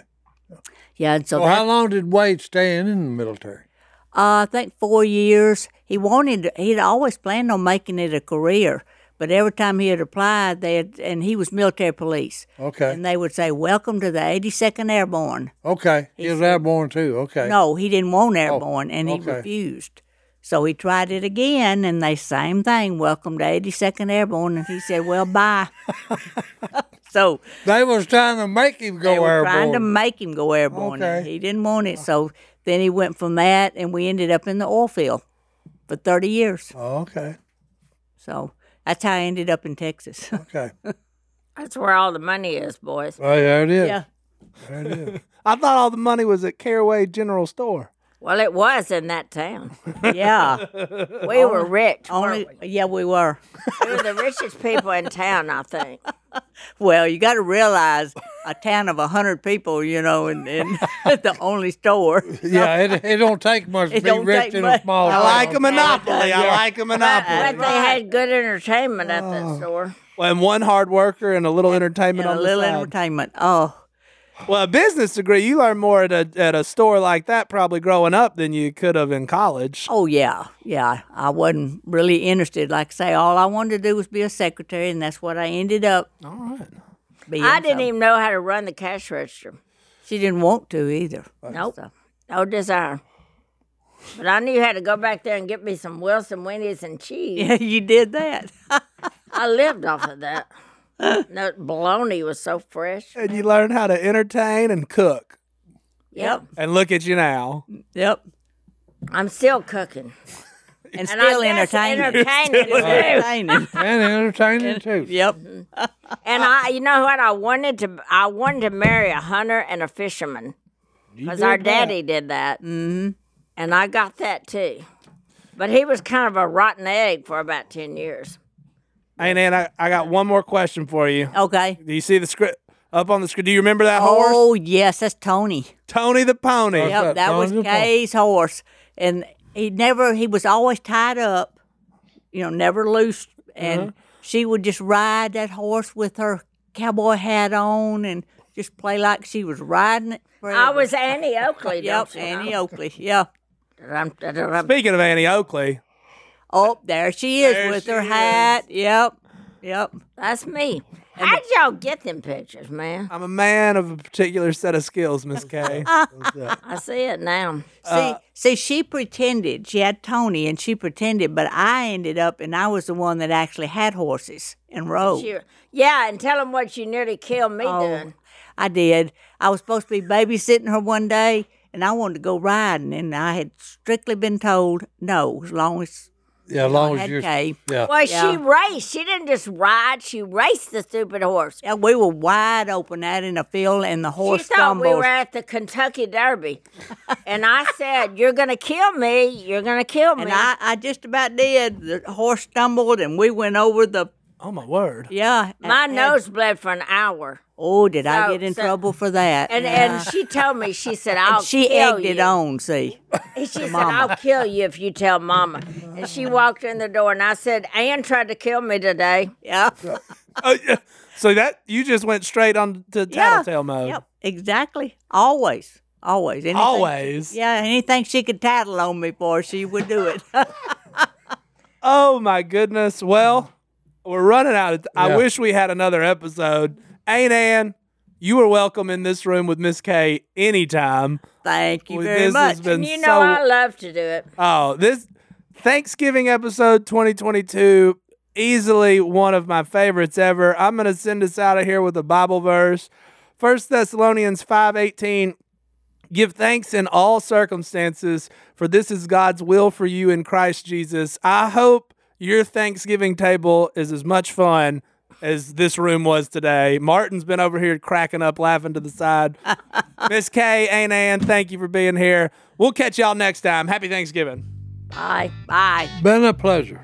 S9: Yeah, and so
S2: Well, how long did Wade stay in, in the military?
S9: Uh, I think four years. He wanted. To, he'd always planned on making it a career, but every time he had applied, they had, and he was military police,
S2: Okay.
S9: and they would say, "Welcome to the 82nd Airborne."
S2: Okay. He was airborne too. Okay.
S9: No, he didn't want airborne, and he
S2: Oh, okay.
S9: refused. So he tried it again, and they same thing. Welcome to 82nd Airborne, and he said, "Well, bye." so
S2: They was trying to make him go
S9: they were trying to
S2: airborne.
S9: make him go airborne. and
S2: Okay.
S9: He didn't want it, so then he went from that, and we ended up in the oil field for 30 years.
S2: Oh, okay.
S9: So that's how I ended up in Texas.
S2: Okay. Oh,
S1: That's where all the money is, boys.
S2: there it is.
S9: Yeah.
S2: There it is.
S3: I thought all the money was at Caraway General Store.
S1: Well, it was in that town.
S9: yeah.
S1: We were rich.
S9: Only
S1: weren't
S9: yeah, we were.
S1: we? we were the richest people in town, I think.
S9: Well, you got to realize a town of 100 people, you know, and, and the only store.
S2: Yeah. It, it don't take much to
S9: It
S2: be
S9: don't
S2: rich
S9: take
S2: in a
S9: much.
S2: small
S3: I
S2: town.
S3: like a monopoly. I like a monopoly.
S1: But they had good entertainment at that store.
S3: and one hard worker and a little entertainment
S9: And a
S3: on
S9: little
S3: the side.
S9: entertainment. Oh,
S3: well, a business degree, you learn more at a at a store like that probably growing up than you could have in college.
S9: oh yeah, yeah. I wasn't really interested. Like I say, all I wanted to do was be a secretary, and that's what I ended up. All right. Being,
S1: I didn't
S9: so.
S1: even know how to run the cash register.
S9: She didn't want to either.
S3: Uh.
S1: Nope. No desire. But I knew how to go back there and get me some Wilson Winnies and cheese.
S9: Yeah, you did that.
S1: I lived off of that. That bologna was so fresh.
S3: And you learn how to entertain and cook.
S1: Yep.
S3: And look at you now.
S9: Yep.
S1: I'm still cooking.
S9: And,
S1: And
S9: still
S1: I guess
S9: entertaining.
S1: Entertaining. too.
S9: Entertaining.
S2: And entertaining too.
S9: yep.
S1: And
S9: Uh,
S1: I you know what? I wanted to I wanted to marry a hunter and a fisherman. Because our daddy did that. Mm-hmm. And I got that too. But he was kind of a rotten egg for about ten years.
S9: Mm-hmm.
S3: Hey Nan, I, I got one more question for you.
S9: Okay.
S3: Do you see the script up on the script? Do you remember that horse?
S9: Oh yes, that's Tony.
S3: Tony the Pony.
S2: Yep.
S9: Yep,
S2: that
S9: that was
S2: Tony the Pony?
S9: Kay's horse, and he never he was always tied up, you know, never loose, and
S3: Uh-huh.
S9: she would just ride that horse with her cowboy hat on and just play like she was riding it. Forever.
S1: I was Annie Oakley,
S9: Yep,
S1: don't you
S9: Annie
S1: know?
S9: Oakley. Yeah.
S1: Dum, dum, dum, dum.
S3: Speaking of Annie Oakley,
S9: Oh, there she is
S3: There
S9: with
S3: she
S9: her hat. Yep. Yep.
S1: That's me. How'd y'all get them pictures, man?
S3: I'm a man of a particular set of skills, Miss Kay.
S1: I see it now.
S9: See,
S3: Uh,
S9: see, she pretended she had Tony, and she pretended, but I ended up, and I was the one that actually had horses and rode.
S1: She- yeah, and tell them what you nearly killed me
S9: Oh.
S1: doing.
S9: I did. I was supposed to be babysitting her one day, and I wanted to go riding, and I had strictly been told no, as long as
S2: Yeah, as long
S9: I
S2: as
S9: had
S2: you're.
S9: Kay.
S2: Yeah.
S1: Well, she
S9: Yeah.
S1: raced. She didn't just ride. She raced the stupid horse.
S9: Yeah, we were wide open out in the field, and the
S1: She
S9: horse
S1: thought we
S9: stumbled.
S1: were at the Kentucky Derby, and I said, "You're gonna kill me. You're gonna kill me."
S9: and I, I just about did. The horse stumbled, and we went over the
S3: oh my word.
S9: yeah.
S1: My
S9: and-
S1: nose bled for an hour,
S9: Oh, did I
S1: So-
S9: get in
S1: so-
S9: trouble for that?
S1: and
S9: Yeah.
S1: and she told me, she said, "I'll
S9: And she
S1: kill
S9: egged
S1: you."
S9: it on. See,
S1: She said, "I'll kill you if you tell Mama." And she walked in the door, and I said, "Ann tried to kill me today."
S9: yeah,
S3: Oh, yeah. So that you just went straight on to tattletale mode.
S9: yep, exactly. Always, always, anything she-
S3: Always.
S9: Yeah, anything she could tattle on me for, she would do it.
S3: Oh my goodness. Well, We're running out of. T- I
S2: Yeah.
S3: wish we had another episode. Ain't Ann, you are welcome in this room with Miss K anytime.
S9: Thank you
S3: Well,
S9: very
S3: this
S9: much.
S3: has been
S1: you know,
S3: so-
S1: I love to do it.
S3: Oh, this Thanksgiving episode 2022, easily one of my favorites ever. I'm going to send us out of here with a Bible verse. 1 Thessalonians 5:18 Give thanks in all circumstances, for this is God's will for you in Christ Jesus. I hope your Thanksgiving table is as much fun as this room was today. Martin's been over here cracking up, laughing to the side. Miss K, Aunt Ann, thank you for being here. We'll catch y'all next time. Happy Thanksgiving.
S1: Bye. Bye.
S2: Been a pleasure.